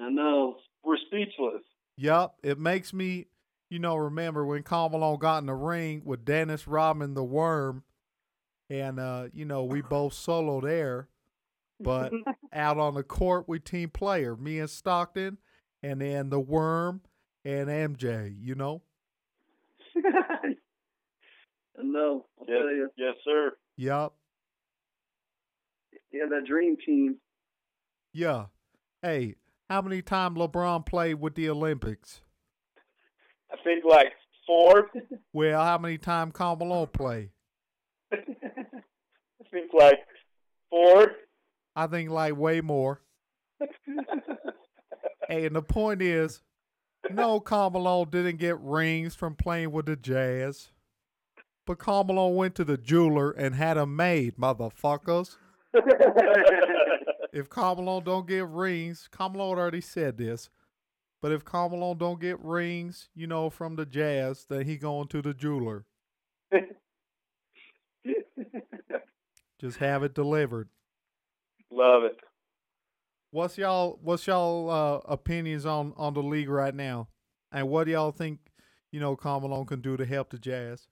H: I know. We're speechless.
F: Yep. It makes me, you know, remember when Carmelo got in the ring with Dennis Rodman the Worm, and uh, you know we both solo there, but out on the court we team player, me and Stockton, and then the Worm and MJ. You know.
I: I know. I'll
H: Yes,
I: tell you.
H: yes, sir.
F: Yep.
I: Yeah, that dream team.
F: Yeah. Hey, how many times LeBron played with the Olympics?
H: I think like four.
F: Well, how many times Carmelo played?
H: I think like four.
F: I think like way more. Hey, and the point is, no, Carmelo didn't get rings from playing with the Jazz, but Carmelo went to the jeweler and had them made, motherfuckers. If Carmelo don't get rings, Carmelo had already said this, but if Carmelo don't get rings, you know, from the Jazz, then he going to the jeweler. Just have it delivered.
H: Love it.
F: What's y'all what's y'all uh, opinions on on the league right now, and what do y'all think you know Carmelo can do to help the Jazz?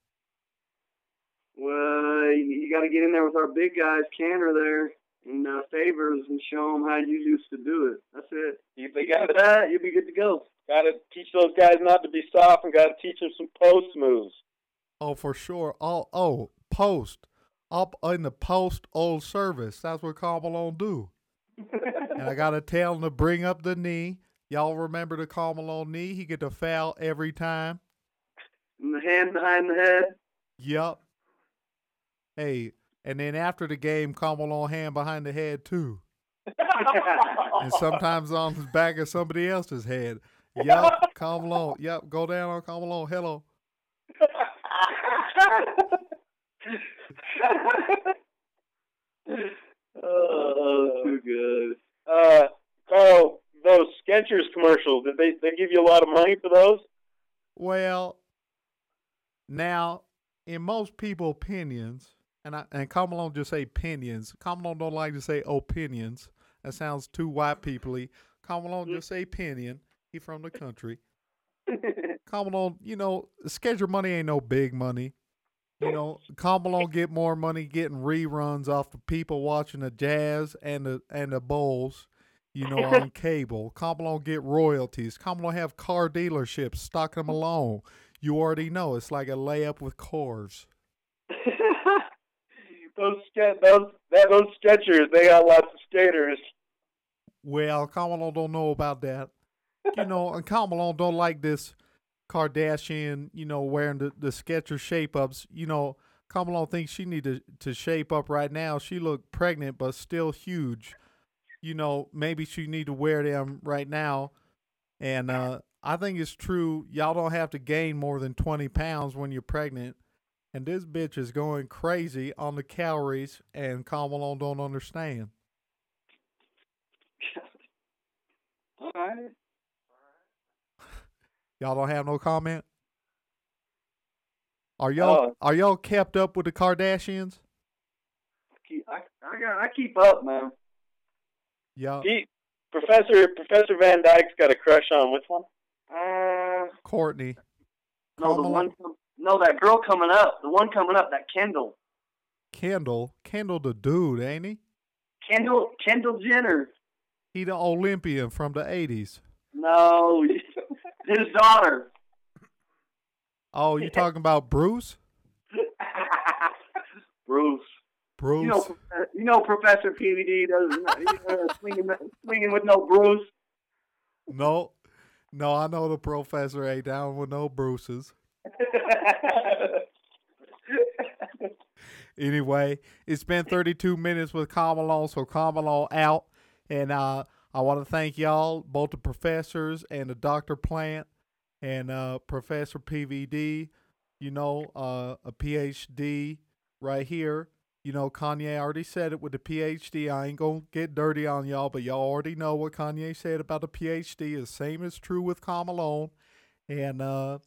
I: Well, you got to get in there with our big guys, Cantor there, and uh, Favors, and show them how you used to do it. That's it.
H: You, they
I: You got
H: gotta,
I: that, you'll be good to go.
H: gotta teach those guys not to be soft and gotta teach them some post moves.
F: Oh, for sure. Oh, oh, post up in the post old service. That's what Carmelo do. and I gotta tell him to bring up the knee. Y'all remember the Carmelo knee? He get the foul every time.
I: And the hand behind the head.
F: Yup. Hey, and then after the game, Carmelo hand behind the head too. and sometimes on the back of somebody else's head. Yup, come along. Yup, go down on come along. Hello.
I: oh, too good.
H: Uh, Carl, those Skechers commercials, did they, they give you a lot of money for those?
F: Well, now in most people opinions, and I and come along just say opinions. Come along don't like to say opinions. That sounds too white peoply. Come along just say opinion. He from the country. Come along, you know, schedule money ain't no big money. You know, Carmelo get more money getting reruns off the people watching the Jazz and the and the Bulls, you know, on cable. Carmelo get royalties. Carmelo have car dealerships stocking them alone. You already know it's like a layup with cars.
H: those Ske- those that, those Skechers, they got lots of skaters.
F: Well, Carmelo don't know about that. You know, and Carmelo don't like this Kardashian, you know, wearing the, the Skechers shape ups. You know, Carmelo thinks she need to, to shape up right now. She look pregnant but still huge. You know, maybe she need to wear them right now. And uh I think it's true. Y'all don't have to gain more than twenty pounds when you're pregnant. And this bitch is going crazy on the calories and Carmelo don't understand.
I: All right.
F: Y'all don't have no comment. Are y'all
I: Oh.
F: are y'all kept up with the Kardashians?
I: Keep- I, I got I keep up, man.
F: Yeah,
H: He, Professor Professor Van Dyke's got a crush on which one?
I: Uh,
F: Courtney.
I: no, the
F: Kamala?
I: one, com- no, that girl coming up, the one coming up, that Kendall,
F: Kendall, Kendall the dude, ain't he?
I: Kendall, Kendall Jenner.
F: He the Olympian from the eighties.
I: No, his daughter.
F: Oh, you talking about Bruce?
I: Bruce.
F: Bruce.
I: You know, Prof- you know, Professor PVD doesn't he's, uh, swinging, swinging with no Bruce.
F: no, no, I know the professor ain't down with no Bruces. Anyway, it's been 32 minutes with Kamalon, so Kamalon out. And uh, I want to thank y'all, both the professors and the Dr. Plant and uh, Professor PVD, you know, uh, a PhD right here. You know, Kanye already said it with the PhD. I ain't going to get dirty on y'all, but y'all already know what Kanye said about the PhD. The same is true with Kamalon. And uh,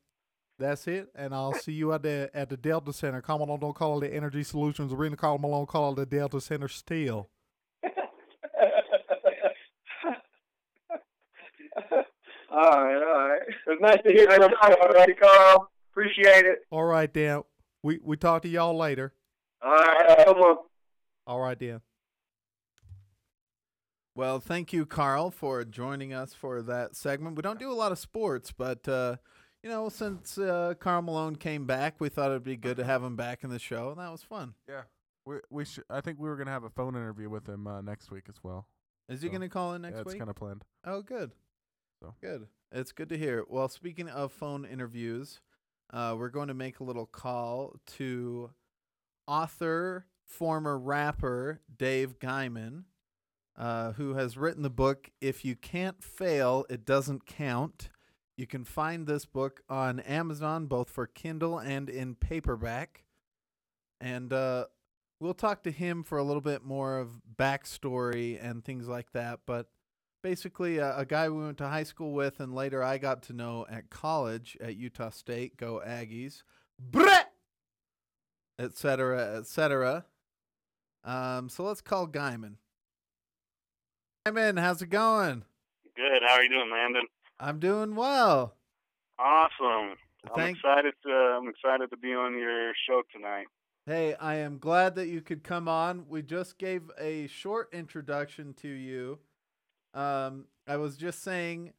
F: that's it, and I'll see you at the at the Delta Center. Call Malone, don't call it the Energy Solutions Arena. Call Malone, call it the Delta Center still.
I: all right, all right.
H: It's nice to hear
I: Nice
H: from
I: talking
H: you.
I: to you, Carl. Appreciate it.
F: All right, Dan. We we talk to y'all later.
I: All right, come on.
F: All right, Dan.
B: Well, thank you, Carl, for joining us for that segment. We don't do a lot of sports, but uh, you know, since uh, Carl Malone came back, we thought it'd be good to have him back in the show, and that was fun.
C: Yeah. We we should. I think we were gonna have a phone interview with him uh, next week as well.
B: Is he
C: So,
B: going to call in next
C: yeah,
B: week?
C: it's kind of planned.
B: Oh, good.
C: So.
B: Good. It's good to hear. Well, speaking of phone interviews, uh, we're going to make a little call to author, former rapper Dave Guyman, uh, who has written the book If You Can't Fail, It Doesn't Count. You can find this book on Amazon, both for Kindle and in paperback. And uh, we'll talk to him for a little bit more of backstory and things like that. But basically uh, a, a guy we went to high school with and later I got to know at college at Utah State, go Aggies, Brett, et cetera, et cetera. Um, so let's call Guyman. Guyman, how's it going?
H: Good. How are you doing, Landon?
B: I'm doing well.
H: Awesome.
B: Thank-
H: excited. To, I'm excited to be on your show tonight.
B: Hey, I am glad that you could come on. We just gave a short introduction to you. Um, I was just saying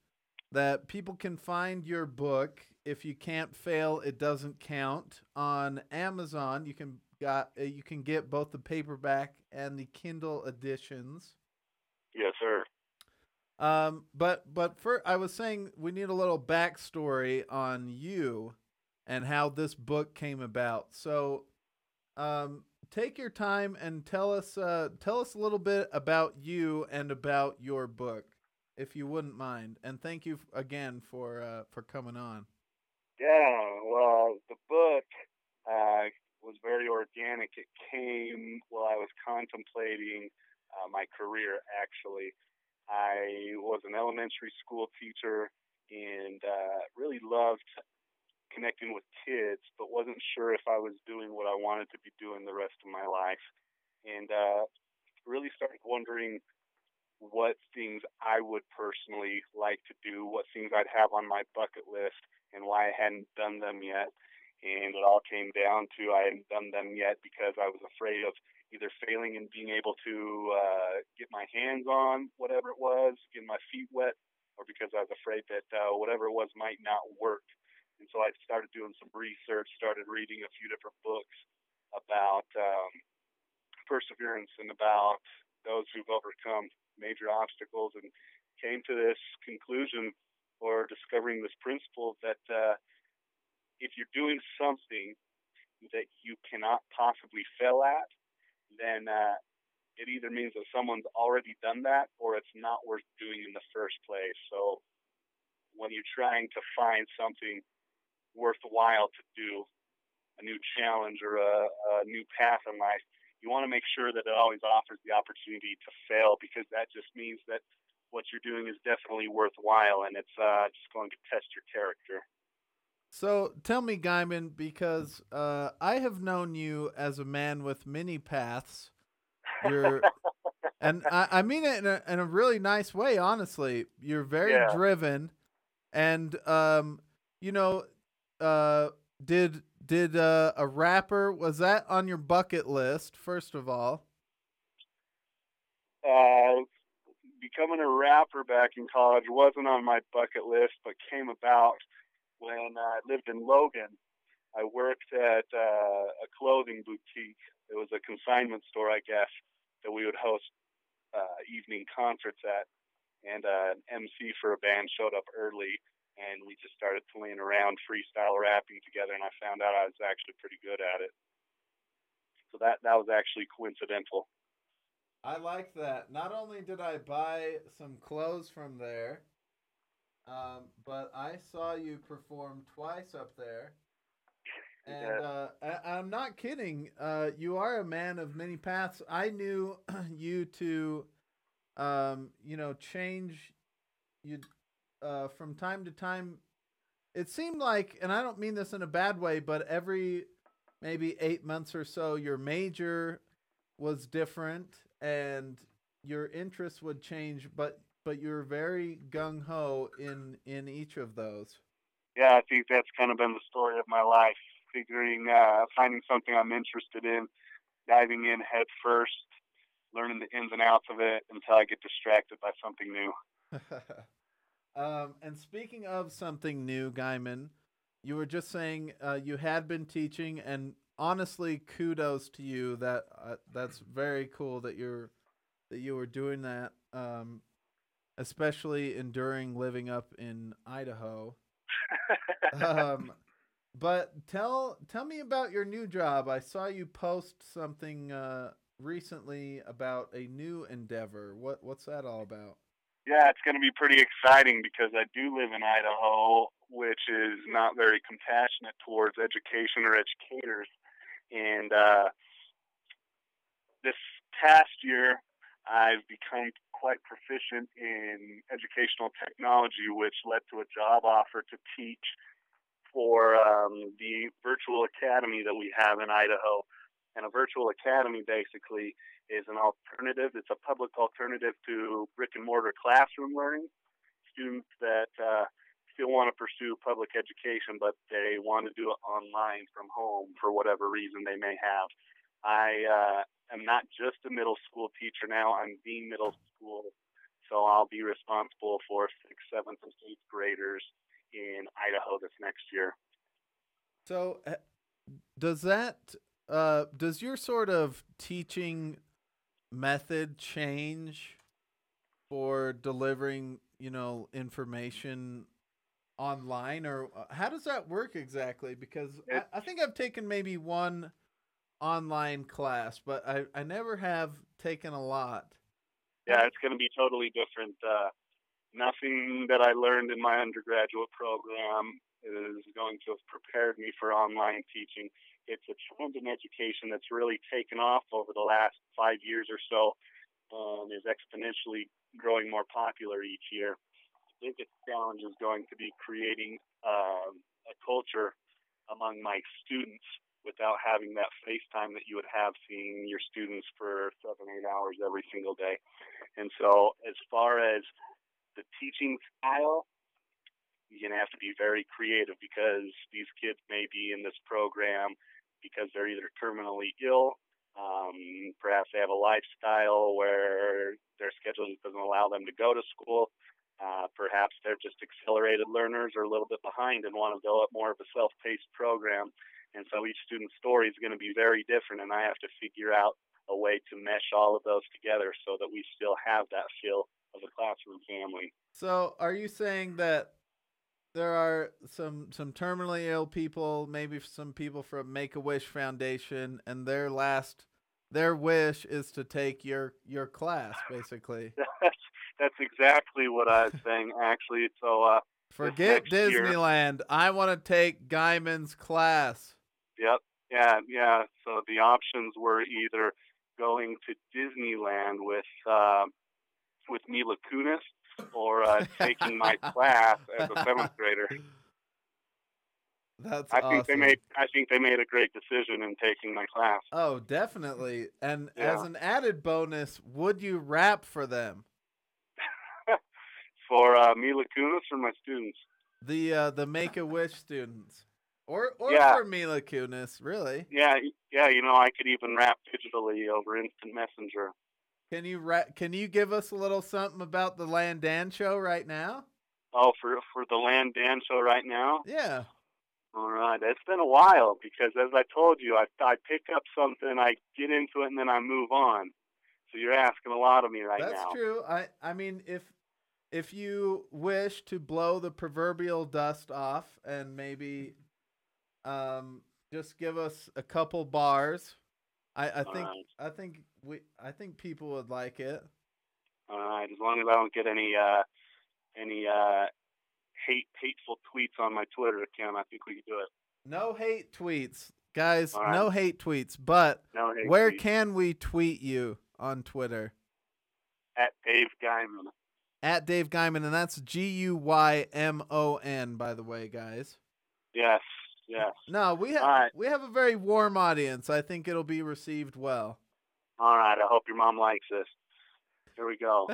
B: that people can find your book if you can't fail, it doesn't count on Amazon. You can got uh, you can get both the paperback and the Kindle editions.
H: Yes, sir.
B: Um, but but for I was saying we need a little backstory on you and how this book came about. So, um, take your time and tell us uh, tell us a little bit about you and about your book, if you wouldn't mind. And thank you f- again for uh, for coming on.
H: Yeah, well, the book uh, was very organic. It came while I was contemplating uh, my career, actually. I was an elementary school teacher and uh, really loved connecting with kids, but wasn't sure if I was doing what I wanted to be doing the rest of my life. And uh, really started wondering what things I would personally like to do, what things I'd have on my bucket list and why I hadn't done them yet. And it all came down to I hadn't done them yet because I was afraid of either failing and being able to uh, get my hands on whatever it was, get my feet wet, or because I was afraid that uh, whatever it was might not work. And so I started doing some research, started reading a few different books about um, perseverance and about those who've overcome major obstacles and came to this conclusion or discovering this principle that uh, if you're doing something that you cannot possibly fail at, then uh, it either means that someone's already done that or it's not worth doing in the first place. So when you're trying to find something worthwhile to do, a new challenge or a, a new path in life, you want to make sure that it always offers the opportunity to fail because that just means that what you're doing is definitely worthwhile and it's uh, just going to test your character.
B: So tell me, Guyman, because uh, I have known you as a man with many paths. You're, and I, I mean it in a, in a really nice way, honestly. You're very
H: Yeah.
B: driven, and um, you know, uh, did did uh, a rapper was that on your bucket list? First of all,
H: Uh, becoming a rapper back in college wasn't on my bucket list, but came about when uh, I lived in Logan. I worked at uh, a clothing boutique. It was a consignment store, I guess, that we would host uh, evening concerts at. And uh, an MC for a band showed up early, and we just started playing around freestyle rapping together. And I found out I was actually pretty good at it. So that that was actually coincidental.
B: I like that. Not only did I buy some clothes from there, um, but I saw you perform twice up there. And
H: Yeah.
B: uh, I, I'm not kidding. Uh, you are a man of many paths. I knew you to, um, you know, change you uh, from time to time. It seemed like, and I don't mean this in a bad way, but every maybe eight months or so, your major was different and your interests would change but but you're very gung ho in in each of those
H: yeah, I think that's kind of been the story of my life. Figuring, uh, finding something I'm interested in, diving in head first, learning the ins and outs of it until I get distracted by something new.
B: um and speaking of something new guyman you were just saying uh, you had been teaching and honestly kudos to you that uh, that's very cool that you're that you were doing that um especially enduring living up in idaho um, but tell tell me about your new job. I saw you post something uh, recently about a new endeavor. What what's that all about?
H: Yeah, it's going to be pretty exciting because I do live in Idaho, which is not very compassionate towards education or educators. And uh, this past year, I've become quite proficient in educational technology, which led to a job offer to teach for um, the virtual academy that we have in Idaho. And a virtual academy basically is an alternative. It's a public alternative to brick and mortar classroom learning. Students that uh, still want to pursue public education, but they want to do it online from home for whatever reason they may have. I uh, am not just a middle school teacher now, I'm the middle school. So I'll be responsible for sixth, seventh, and eighth graders in Idaho this next year.
B: So uh, does that uh, does your sort of teaching method change for delivering you know information online or uh, how does that work exactly because I, I think i've taken maybe one online class but i, I never have taken a lot
H: Yeah, it's going to be totally different. Uh, nothing that I learned in my undergraduate program is going to have prepared me for online teaching. It's a trend in education that's really taken off over the last five years or so and is exponentially growing more popular each year. The biggest challenge is going to be creating um, a culture among my students without having that face time that you would have seeing your students for seven, eight hours every single day. And so, as far as the teaching style, you're going to have to be very creative because these kids may be in this program because they're either terminally ill, um, perhaps they have a lifestyle where their schedule just doesn't allow them to go to school. Uh, perhaps they're just accelerated learners or a little bit behind and want to go up more of a self paced program. And so each student's story is going to be very different, and I have to figure out a way to mesh all of those together so that we still have that feel of a classroom family.
B: So, are you saying that there are some some terminally ill people, maybe some people from Make a Wish Foundation, and their last their wish is to take your your class, basically?
H: That's, that's exactly what I was saying, actually. So, uh,
B: Forget
H: next year-
B: Disneyland. I want to take Guyman's class.
H: Yep. Yeah. Yeah. So the options were either going to Disneyland with uh, with Mila Kunis or uh, taking my class as a seventh grader.
B: That's
H: I think they
B: awesome.
H: made I think they made a great decision in taking my class.
B: Oh, definitely. And as
H: Yeah.
B: an added bonus, would you rap for them?
H: For uh, Mila Kunis or my students?
B: The uh, the Make a Wish students, or or
H: Yeah.
B: for Mila Kunis, really?
H: Yeah, y- yeah. You know, I could even rap digitally over instant messenger.
B: Can you ra- can you give us a little something about the Landan show right now?
H: Oh, for for the Land Dan show right now.
B: Yeah.
H: All right, it's been a while because, as I told you, I I pick up something, I get into it, and then I move on. So you're asking a lot of me right
B: That's
H: now.
B: true. I I mean if if you wish to blow the proverbial dust off and maybe um just give us a couple bars. I I think
H: Alright.
B: I think we I think people would like it.
H: All right, as long as I don't get any uh any uh hate hateful tweets on my Twitter account, I think we can do it.
B: No hate tweets. Guys,
H: Alright.
B: no hate tweets, but
H: No hate
B: where
H: tweets.
B: can we tweet you on Twitter?
H: at Dave Guyman.
B: At Dave Guyman, and that's G U Y M O N, by the way, guys.
H: Yes, yes.
B: No, we have
H: Alright.
B: we have a very warm audience. I think it'll be received well.
H: All right, I hope your mom likes this. Here we go.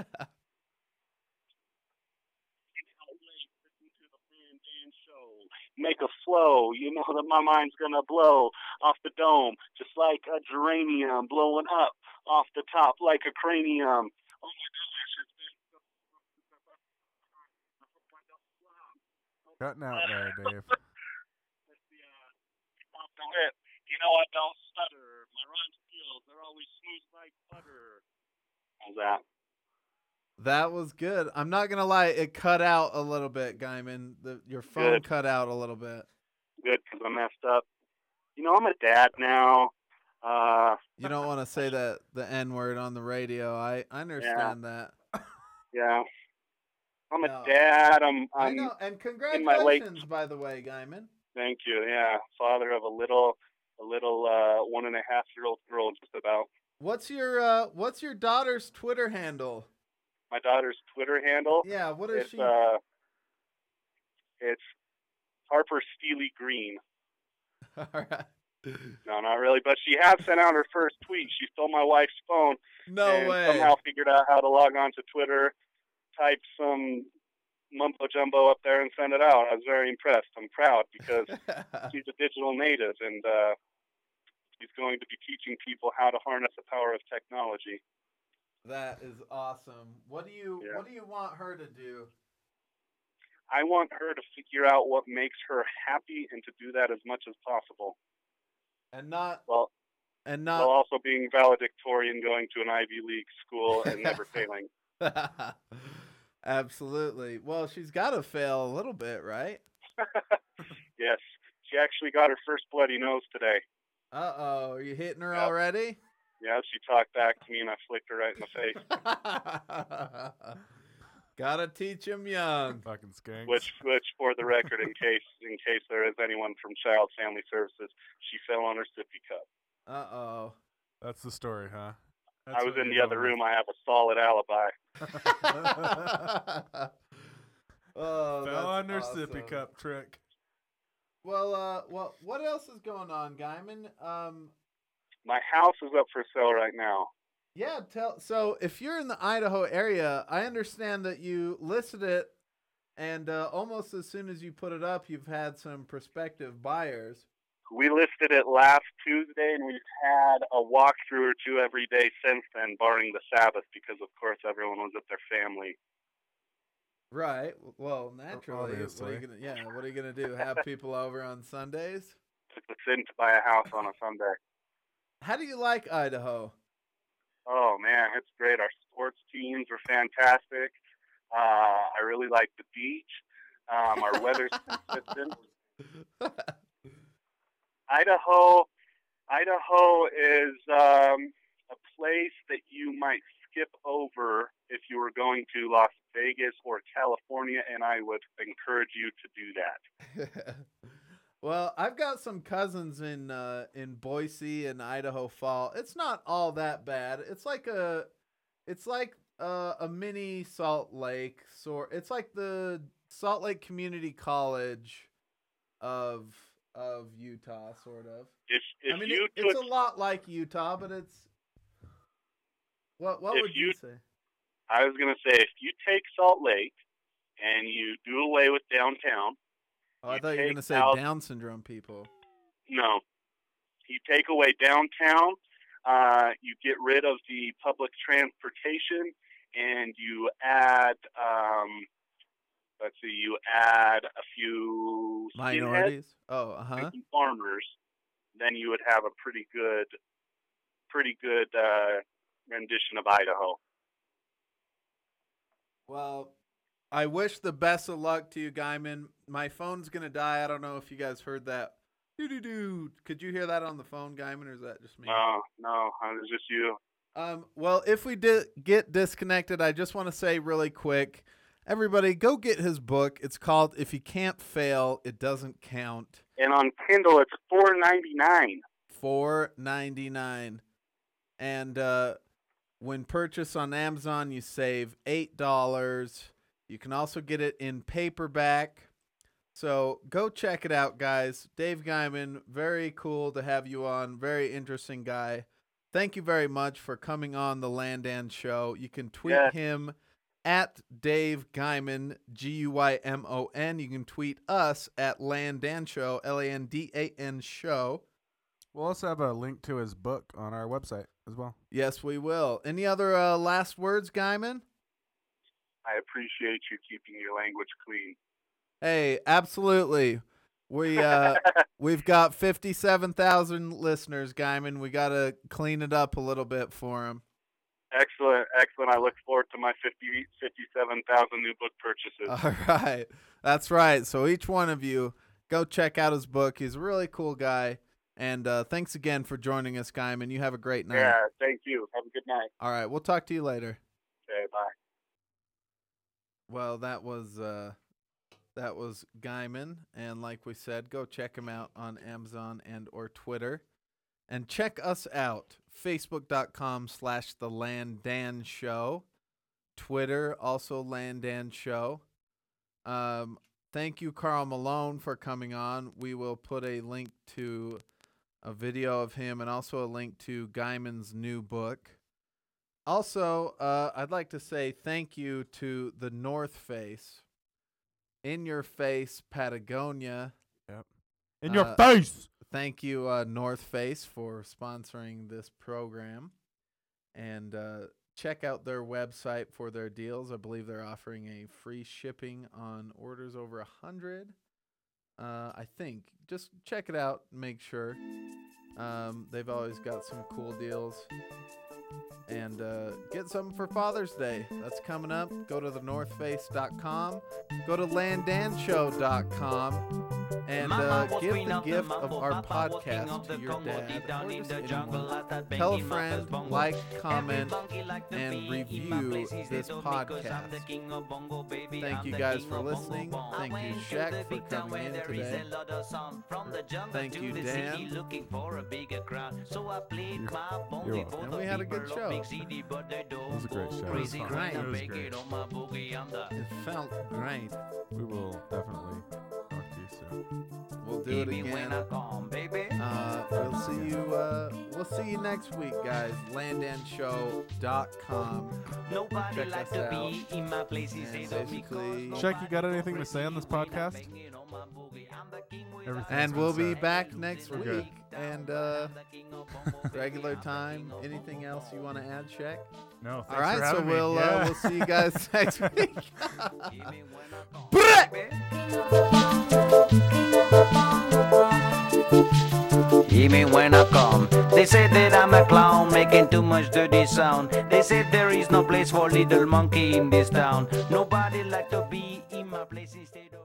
H: Make a flow, you know that my mind's gonna blow off the dome, just like a geranium blowing up off the top like a cranium. Oh my gosh, it's been I hope I don't flop.
C: Cutting out there, Dave.
H: with the uh, off the lip. You know I don't stutter. My rhyme skills they're always smooth like butter. How's that?
B: That was good. I'm not gonna lie, it cut out a little bit, Guyman. The, your phone
H: Good.
B: cut out a little bit.
H: Good, 'cause I messed up. You know I'm a dad now. Uh,
B: You don't want to say that the N word on the radio. I, I understand that.
H: yeah. I'm a
B: No.
H: dad. I'm.
B: i
H: I'm.
B: know. And
H: my late-
B: congratulations, by the way, Guyman.
H: Thank you. Yeah, father of a little, a little uh, one and a half year old girl, just about.
B: What's your uh, What's your daughter's Twitter handle?
H: My daughter's Twitter handle.
B: Yeah, what is
H: it's
B: she?
H: uh, it's Harper Steely Green.
B: All right.
H: No, not really. But she has sent out her first tweet. She stole my wife's phone
B: No
H: and
B: way.
H: somehow figured out how to log on to Twitter, type some mumbo jumbo up there, and send it out. I was very impressed. I'm proud because she's a digital native and uh, she's going to be teaching people how to harness the power of technology.
B: that is awesome. What do you
H: Yeah.
B: What do you want her to do?
H: I want her to figure out what makes her happy and to do that as much as possible
B: And not
H: while,
B: and
H: while
B: not.
H: also being valedictorian, going to an Ivy League school, and never failing.
B: Absolutely. Well, she's got to fail a little bit, right?
H: Yes. She actually got her first bloody nose today.
B: Uh oh, are you hitting her
H: Yep.
B: already?
H: Yeah, she talked back to me and I flicked her right in the face.
B: Gotta teach him young.
C: Fucking skanks.
H: Which, which, for the record, in case in case there is anyone from Child Family Services, she fell on her sippy cup.
B: Uh oh.
C: That's the story, huh?
H: I
D: That's
H: was
D: what
H: in
D: you're
H: the other
D: going
H: room. I have a solid alibi.
B: oh, that's
C: Fell on her
B: awesome.
C: sippy cup trick.
B: Well, uh, well, what else is going on, Guyman? Um,
H: My house is up for sale right now.
B: yeah, tell. So, if you're in the Idaho area, I understand that you listed it, and uh, almost as soon as you put it up, you've had some prospective buyers.
H: We listed it last Tuesday, and we've had a walkthrough or two every day since then, barring the Sabbath, because of course everyone was with their family.
B: Right. Well, naturally. What are
C: obviously.
B: you gonna, yeah. What are you gonna do? Have people over on Sundays?
H: Took the sin to buy a house on a Sunday.
B: How do you like Idaho?
H: Oh man, it's great. Our sports teams are fantastic. Uh, I really like the beach. Um, our weather's consistent. Idaho, Idaho is um, a place that you might skip over if you were going to Las Vegas or California, and I would encourage you to do that.
B: Well, I've got some cousins in uh, in Boise and Idaho Fall. It's not all that bad. It's like a, it's like a, a mini Salt Lake. So it's like the Salt Lake Community College of of Utah, sort of.
H: If if
B: I mean,
H: you
B: it-
H: took
B: it's a lot like Utah, but it's what what
H: If
B: would you,
H: you-
B: say?
H: I was going to say, if you take Salt Lake and you do away with downtown,
B: Oh, I
H: you
B: thought you were
H: take
B: gonna say
H: out-
B: Down syndrome people.
H: no, you take away downtown, uh, you get rid of the public transportation, and you add, um, let's see, you add a few skinheads
B: Minorities. Oh, uh huh.
H: and some farmers, then you would have a pretty good, pretty good uh, rendition of Idaho.
B: Well, I wish the best of luck to you, Guyman. My phone's gonna die. I don't know if you guys heard that. Doo doo doo. Could you hear that on the phone, Guyman, or is that just me?
H: No, no, uh, it's just you.
B: Um, well, if we did get disconnected, I just want to say really quick, everybody, go get his book. It's called "If You Can't Fail, It Doesn't Count."
H: And on Kindle, it's four ninety nine.
B: four ninety nine, and uh, when purchased on Amazon, you save eight dollars. You can also get it in paperback. So go check it out, guys. Dave Guyman, very cool to have you on. Very interesting guy. Thank you very much for coming on the Landan Show. You can tweet
H: Yes.
B: him at Dave Guyman, G U Y M O N. You can tweet us at Landan Show, L A N D A N Show.
C: We'll also have a link to his book on our website as well.
B: Yes, we will. Any other uh, last words, Guyman?
H: I appreciate you keeping your language clean.
B: Hey, absolutely. We uh, we've got fifty-seven thousand listeners, Guyman. We gotta clean it up a little bit for him.
H: excellent, excellent. I look forward to my 50, 57,000 new book purchases.
B: All right, that's right. So each one of you, go check out his book. He's a really cool guy. And uh, thanks again for joining us, Guyman. You have a great night.
H: yeah, thank you. Have a good night.
B: All right, we'll talk to you later.
H: Okay, bye.
B: Well, that was uh, that was Guyman, and like we said, go check him out on Amazon and or Twitter, and check us out facebook.com slash the Landan Show, Twitter also Landan Show. Um, thank you, Carl Malone, for coming on. We will put a link to a video of him and also a link to Guyman's new book. Also, uh, I'd like to say thank you to the North Face, in your face, Patagonia. In your Uh,
C: face.
B: Thank you, uh, North Face, for sponsoring this program. And uh, check out their website for their deals. I believe they're offering a free shipping on orders over a hundred. Uh, I think just check it out, make sure. Um, they've always got some cool deals and uh, get something for Father's Day. That's coming up. Go to thenorthface.com. Go to landanshow.com and uh, give the gift of our podcast to your dad or just anyone. Tell a friend, like, comment, and review this podcast. Thank you guys for listening. Thank you, Shaq, for coming in today. Thank you, Dan.
C: You're, you're welcome.
B: And we had a good show.
C: That was a great show. It was
B: Crazy
C: fun.
B: grind.
D: It was great.
B: It felt great.
C: We will definitely talk to you soon.
B: We'll do it again. Uh, we'll see you. Uh, we'll see you next week, guys. Landanshow.com.
J: Nobody
B: Check
J: like
B: us
J: to
B: out.
J: be in my place. He
B: And
J: says, "Oh,
B: basically-
J: because
C: Shaq, you got
J: nobody
C: anything to
J: knows
C: say on this
J: when I'm
C: podcast?
J: banging on my boogie. I'm the king without
C: Everything.
B: And we'll be
C: We're
B: back next
J: We're
C: good.
B: week. And uh,
J: the king of bumble, baby.
B: regular
J: I'm the
B: time.
J: king of
B: Anything
J: bumble.
B: else you want to add, Shaq?
D: No, thanks
B: All right.
D: for
B: So
D: having me.
B: we'll uh,
D: Yeah.
B: we'll see you guys next week.
J: Give me when I call,
B: Brett!
J: baby. Even when I come, they say that I'm a clown, making too much dirty sound. They said there is no place for little monkey in this town. Nobody like to be in my place instead of.